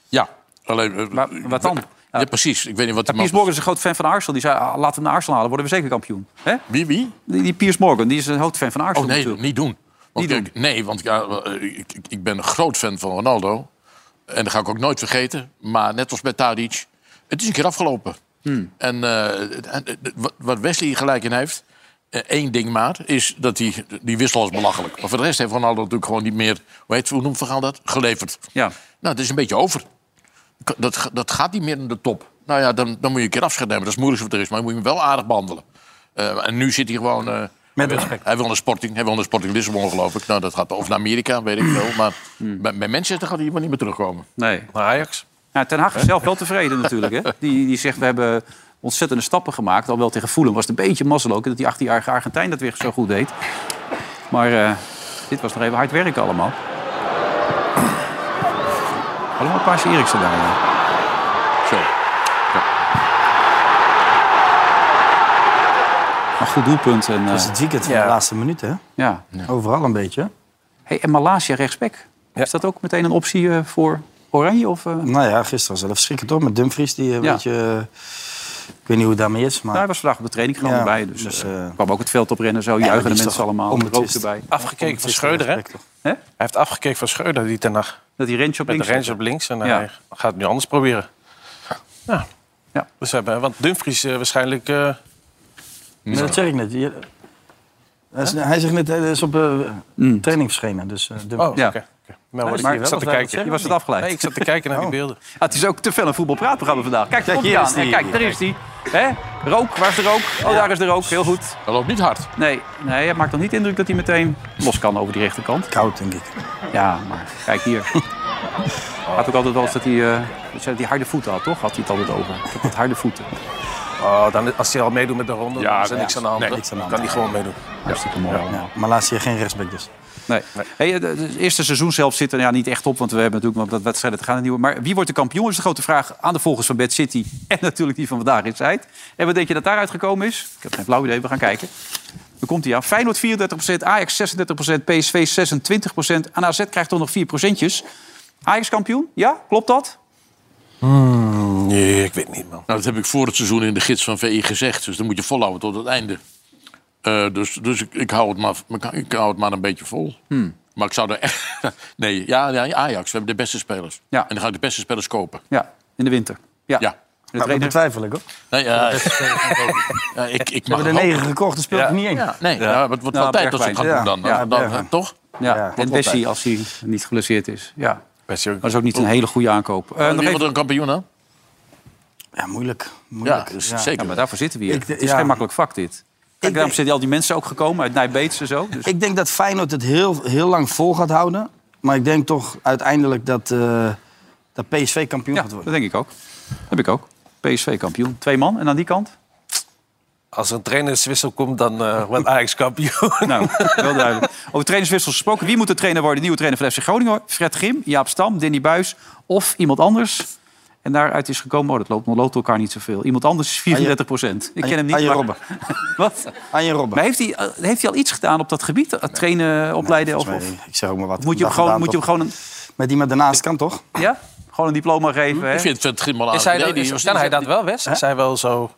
S3: Ja, alleen... eh,
S2: wat dan?
S3: Ja, precies. Ik weet niet wat die
S2: Piers
S3: man...
S2: Morgan is een groot fan van Arsenal. Die zei, ah, laten we hem naar Arsenal halen. Worden we zeker kampioen. Hè?
S3: Wie, wie?
S2: Die, die Piers Morgan, die is een groot fan van Arsenal
S3: Oh nee,
S2: natuurlijk.
S3: niet doen. Want kijk, Nee, want ja, eh, ik, ik- ik ben een groot fan van Ronaldo. En dat ga ik ook nooit vergeten. Maar net als met Tadic, het is een keer afgelopen.
S12: Hmm.
S3: En eh, en, eh, wat- wat Wesley gelijk in heeft, eh, één ding maar, is dat die, die wissel is belachelijk. Maar voor de rest heeft Ronaldo natuurlijk gewoon niet meer, hoe, heet, hoe noemt Van Gaal dat? Geleverd.
S2: Ja.
S3: Nou, het is een beetje over. K- Dat, ga- dat gaat niet meer naar de top. Nou ja, dan, dan moet je een keer afscheid nemen. Dat is moeilijk wat er is, maar je moet hem wel aardig behandelen. Eh, en nu zit hij gewoon... eh, hij wil- Hij wil naar Sporting, hij wil naar Sporting Lissabon, geloof ik. Nou, dat gaat of naar Amerika, weet ik veel. Maar bij, bij Manchester gaat hij helemaal niet meer terugkomen.
S2: Nee.
S8: Maar Ajax?
S2: Nou, Ten Hag is zelf wel tevreden natuurlijk. Hè? Die, die zegt, we hebben ontzettende stappen gemaakt. Al wel tegen Fulham was het een beetje mazzel ook... dat die 18-jarige Argentijn dat weer zo goed deed. Maar eh, dit was nog even hard werken allemaal. Allemaal Paasje Eriksen daar. ja. Zo. Ja. Een goed doelpunt. En,
S4: Dat is
S2: eh,
S4: het weekend van de laatste minuten, hè?
S2: ja.
S4: Overal een beetje.
S2: Hey, en Malaysia rechtsback. Is dat ook meteen een optie eh, voor Oranje? Of, eh?
S4: Nou ja, gisteren zelf schrikken toch met Dumfries. Die, eh,
S2: Ja.
S4: weet je, eh, ik weet niet hoe het daarmee is. Maar...
S2: Nou, hij was vandaag op de training gewoon
S4: Ja,
S2: bij. Dus, eh, kwam ook het veld op rennen. Zo
S4: maar
S2: juichen
S4: die
S2: de
S4: is
S2: mensen
S4: toch
S2: allemaal.
S4: onbetwist.
S2: Rook erbij.
S8: Afgekeken van Schreuder, hè?
S2: Hij
S8: heeft afgekeken van Schreuder, die ten nacht.
S2: Dat hij Rensje op
S8: Met
S2: links
S8: de Rens
S2: zette.
S8: op links. En eh,
S2: Ja.
S8: hij gaat het nu anders proberen. Ja.
S2: ja.
S8: Dus we hebben, want Dumfries eh, waarschijnlijk... eh,
S4: Nee, dat zeg ik net. Je- Hij is- Hij zegt net, hij is op eh,
S2: Hmm.
S4: training verschenen. Dus, eh, Dumfries.
S8: Oh, oké. oké. Nou, hoor, ik zat te kijken.
S2: Je was het afgeleid.
S8: Nee, ik zat te kijken naar die
S2: Oh.
S8: beelden.
S2: Ah, het is ook te veel een voetbalpraatprogramma vandaag. Kijk,
S8: Kijk,
S2: komt
S8: hier
S2: hij
S8: is
S2: aan. En
S8: die.
S2: kijk, daar is hij. Rook, waar is de rook? Oh, daar is de rook. Heel goed.
S3: Dat loopt niet hard.
S2: Nee, nee, het maakt nog niet indruk dat hij meteen los kan over die rechterkant.
S4: Koud, denk ik.
S2: Ja, maar kijk hier. Had ook altijd wel eens dat hij, eh, dat hij die harde voeten had, toch? Had hij het altijd over. Ik heb wat harde voeten.
S8: Oh, dan, als hij al meedoet met de ronde,
S2: Ja,
S8: dan is er
S2: ja.
S8: niks aan de hand.
S2: Nee,
S8: hè?
S2: niks aan de hand.
S8: kan hij gewoon meedoen.
S2: Hartstikke mooi allemaal.
S4: Maar laatst hier geen rechtsback dus.
S2: Nee. Hey, eh, het eerste seizoen zelf zit er ja, niet echt op, want we hebben natuurlijk nog wat wedstrijden te gaan. en Nieuwe. Maar wie wordt de kampioen is de grote vraag aan de volgers van Bad City. En natuurlijk die van vandaag in Zuid. En wat denk je dat daaruit gekomen is? Ik heb geen flauw idee, we gaan kijken. Dan komt hij aan. Feyenoord 34%, Ajax 36%, PSV 26%. En AZ krijgt toch nog 4 procentjes. Ajax kampioen? Ja, klopt dat?
S8: nee, ik weet niet, man.
S3: Nou, dat heb ik voor het seizoen in de gids van VI gezegd. Dus dan moet je volhouden tot het einde. Eh, dus dus ik, ik, hou het maar, ik hou het maar een beetje vol. Maar ik zou er echt... Nee, ja, ja, Ajax, we hebben de beste spelers. En dan ga ik de beste spelers kopen.
S2: Ja, in de winter. Ja.
S4: Nou, dat betwijfel ik hoor.
S3: Nee, ja,
S4: De beste
S3: ja, ik, ik
S4: Ze
S3: mag
S4: hebben er
S3: het
S4: negen
S3: ook.
S4: gekocht, er speelt
S3: Ja.
S4: er niet één.
S3: Ja, nee, ja. maar het wordt wel
S2: Nou,
S3: tijd dat ze het gaan doen dan. Dan- dan- toch?
S2: Ja,
S3: Ja,
S2: en
S3: klopt
S2: Bessie
S3: altijd.
S2: als hij niet geblesseerd is. Ja. Dat is ook niet een hele goede aankoop. Eh,
S3: Wie
S2: nog even-
S3: wordt er een kampioen dan?
S4: Ja, moeilijk.
S3: moeilijk. Ja, dus zeker.
S2: Ja, maar daarvoor zitten we hier.
S3: Ik-
S2: het is
S3: ja.
S2: geen makkelijk vak, dit. Kijk, daarom zitten al die mensen ook gekomen uit Nijbeets en zo. Dus
S4: Ik denk dat Feyenoord het heel, heel lang vol gaat houden. Maar ik denk toch uiteindelijk dat, eh, dat PSV kampioen gaat worden.
S2: dat denk ik ook. Heb ik ook. PSV kampioen. Twee man. En aan die kant?
S8: Als er een trainerswissel komt, dan eh wordt Ajax kampioen.
S2: Nou, wel duidelijk. Over trainerswissels gesproken. Wie moet de trainer worden? De nieuwe trainer van FC Groningen. Fred Grim, Jaap Stam, Danny Buis of iemand anders? En daaruit is gekomen, oh, dat loopt, loopt elkaar niet zoveel. Iemand anders is 34 procent. Ik ken hem niet.
S4: Arjen
S2: maar-
S4: Robben.
S2: Wat?
S4: Arjen Robben.
S2: Maar heeft hij, eh, heeft hij al iets gedaan op dat gebied? Eh, Trainen, opleiden? of,
S4: volgens mij,
S2: of-
S4: ik zeg ook maar wat.
S2: Moet je hem
S4: Dag
S2: gewoon,
S4: gedaan,
S2: moet je hem
S4: toch?
S2: gewoon een,
S4: Met iemand daarnaast kan toch?
S2: ja? gewoon een diploma geven? hè?
S3: Ik vind het Grim wel
S8: Is hij, dat-
S3: aardig. Nee, die
S8: is-
S3: was
S8: kan
S3: niet-
S8: hij dat wel, Wes? Is hij wel zo...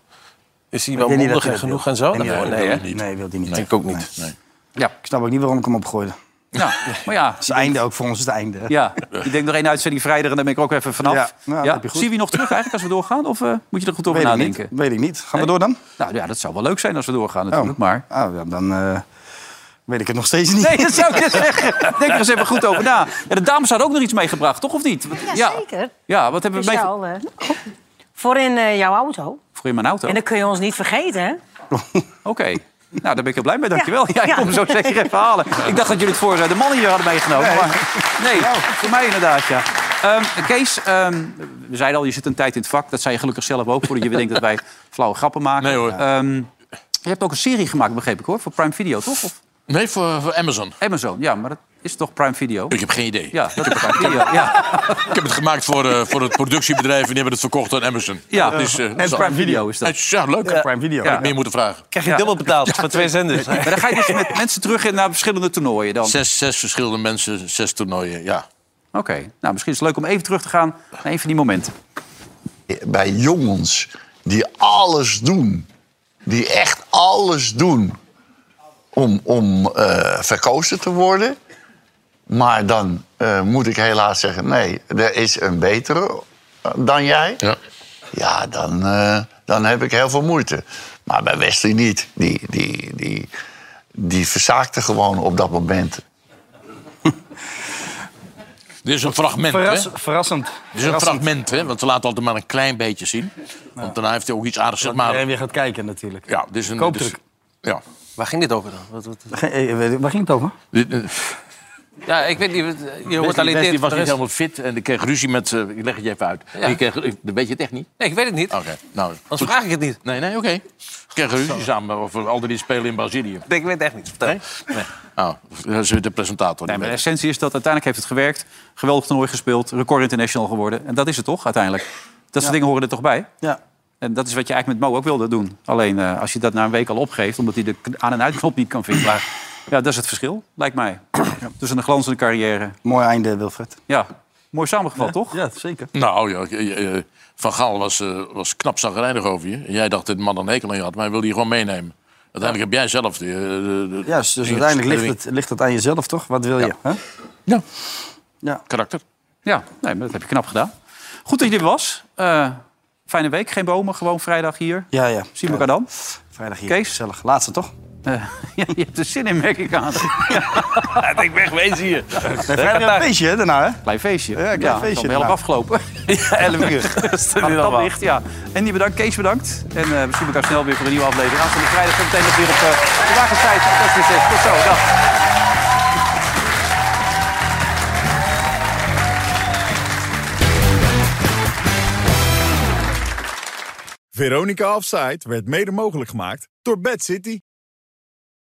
S8: Is hij wel
S4: Ik denk niet
S8: mondig
S4: dat
S8: en
S4: hij dat
S8: genoeg
S4: wil.
S8: en zo?
S4: Nee,
S8: Nee,
S4: nee,
S8: nee, hè?
S4: Nee, wil hij niet.
S8: Ik denk ook niet.
S2: Ja.
S4: Ik snap ook niet waarom ik hem opgooide.
S2: Nou, maar ja.
S4: Het einde ook voor ons is het einde. hè?
S2: Ja, ik denk nog één uitzending vrijdag en dan ben ik er ook even vanaf. Ja,
S4: Ja, nou, dat heb je goed.
S2: Zien we je nog terug eigenlijk als we doorgaan? Of eh, moet je er goed over
S4: Weet ik
S2: nadenken?
S4: niet. Weet ik niet. Gaan we door dan?
S2: Nou ja, dat zou wel leuk zijn als we doorgaan natuurlijk, maar...
S4: Ah, ja, dan eh, weet ik het nog steeds niet.
S2: Nee, dat zou ik je zeggen. Denk er eens even goed over na. Ja, de dames hadden ook nog iets meegebracht, toch of niet? Wat-
S9: Ja, zeker.
S2: Ja, wat hebben we mee
S9: Speciaal, eh, voor in eh, jouw auto.
S2: voor in mijn auto?
S9: En dan kun je ons niet vergeten, hè?
S2: Oké. Nou, daar ben ik heel blij mee, dankjewel.
S9: Ja.
S2: Ja, ik kom zo zeker even halen. Ik dacht dat jullie het voor eh, de mannen hier hadden meegenomen.
S9: Nee.
S2: Maar, nee, voor mij inderdaad, ja. Ehm, Kees, ehm, we zeiden al, je zit een tijd in het vak. Dat zei je gelukkig zelf ook, voordat je denkt dat wij flauwe grappen maken. Nee hoor. je hebt ook een serie gemaakt, begreep ik hoor, voor Prime Video, toch? Of?
S3: Nee, voor, voor Amazon.
S2: Amazon, ja, maar dat is toch Prime Video?
S3: Ik heb geen idee.
S2: Ja, dat is Prime Video, ja.
S3: Ik heb het gemaakt voor, eh, voor het productiebedrijf en die hebben het verkocht aan Amazon.
S2: Ja.
S3: Dat is, eh,
S2: En
S3: dat al.
S2: Prime Video is dat.
S3: Het Ja, leuk.
S2: Ja, Prime Video.
S3: Had ik
S2: Ja.
S3: meer moeten vragen.
S2: Krijg je dubbel betaald voor twee zenders. Maar dan ga je dus met mensen terug in naar verschillende toernooien dan?
S3: Zes, zes verschillende mensen, zes toernooien, ja.
S2: Oké, nou misschien is het leuk om even terug te gaan naar een van die momenten.
S12: bij jongens die alles doen. Die echt alles doen om, om eh, verkozen te worden. Maar dan eh, moet ik helaas zeggen: nee, er is een betere eh, dan jij. Ja, dan, eh, dan heb ik heel veel moeite. Maar bij Wesley niet. Die, die, die, die verzaakte gewoon op dat moment.
S3: Dit is een fragment,
S12: Verras-
S3: hè?
S12: verrassend.
S3: Dit is een
S12: Verrassend.
S3: fragment, hè? Want we laten altijd maar een klein beetje zien. Want daarna heeft hij ook iets aardigs gezegd. Maar...
S12: iedereen weer gaat kijken natuurlijk.
S3: Ja, dit is een...
S12: Koopdruk.
S3: dit is- ja.
S12: Waar ging dit over dan?
S4: Waar ging het over?
S3: Dit, eh,
S8: Ja, ik weet niet. Je hoort
S3: Wesley-
S8: alleen
S3: Wesley
S8: dit.
S3: was
S8: de rest-
S3: niet helemaal fit en ik kreeg ruzie met... eh, ik leg het je even uit.
S8: Ja.
S3: Ik kreeg, ik- weet je het echt niet?
S8: Nee, ik weet het niet.
S3: Oké, nou...
S8: Anders vraag ik het niet.
S3: Nee, nee, oké. Ik kreeg een ruzie samen over al die spelen in Brazilië.
S8: Nee, ik weet echt niet. Vertel.
S3: Nee. Oh, dat is weer de presentator.
S2: Nee, maar de essentie is dat uiteindelijk heeft het gewerkt. Geweldig toernooi gespeeld, record international geworden. En dat is het toch uiteindelijk? Dat soort
S4: Ja.
S2: dingen horen er toch bij?
S4: Ja.
S2: En dat is wat je eigenlijk met Mo ook wilde doen. Alleen eh, als je dat na een week al opgeeft, omdat hij de k- aan- en uitknop niet kan vinden. Maar, ja, dat is het verschil, lijkt mij. Tussen een glanzende carrière.
S4: Mooi einde, Wilfred.
S2: Ja, mooi samengevat, toch?
S4: Ja, zeker.
S3: Nou ja, je- je- Van Gaal was, eh, was knap zagrijnig over je. En jij dacht dat de man een hekel aan je had, maar hij wilde je gewoon meenemen. Uiteindelijk heb jij zelf... De, eh, de, de-
S4: Juist, dus
S3: de-
S4: uiteindelijk
S3: de-
S4: ligt het, ligt het aan jezelf, toch? Wat wil je? hè?
S3: Ja.
S4: ja.
S3: Karakter.
S2: Ja, nee, maar dat heb je knap gedaan. Goed dat je er was. Eh, fijne week, geen bomen, gewoon vrijdag hier.
S4: Ja, ja.
S2: Zien we elkaar dan?
S4: Vrijdag hier.
S2: Kees?
S4: Gezellig. Laatste, toch?
S2: Eh, ja, je hebt er zin in, merk ik aan.
S8: Ja, ik ben geweest hier.
S4: Nee, vrijdag een feestje, hè, daarna, hè?
S2: Klein feestje.
S4: Ja, klein
S2: ja,
S4: feestje.
S2: Dan helemaal
S4: daarna.
S2: afgelopen. ja, 11 uur. Dat
S8: nu allemaal.
S2: licht, ja. En die bedankt, Kees bedankt. En eh, we zien elkaar snel weer voor een nieuwe aflevering. Aanstaande vrijdag komt meteen nog weer op eh, de wagenstijd. Tot zo, dag.
S11: Veronica Offside werd mede mogelijk gemaakt door Bad City.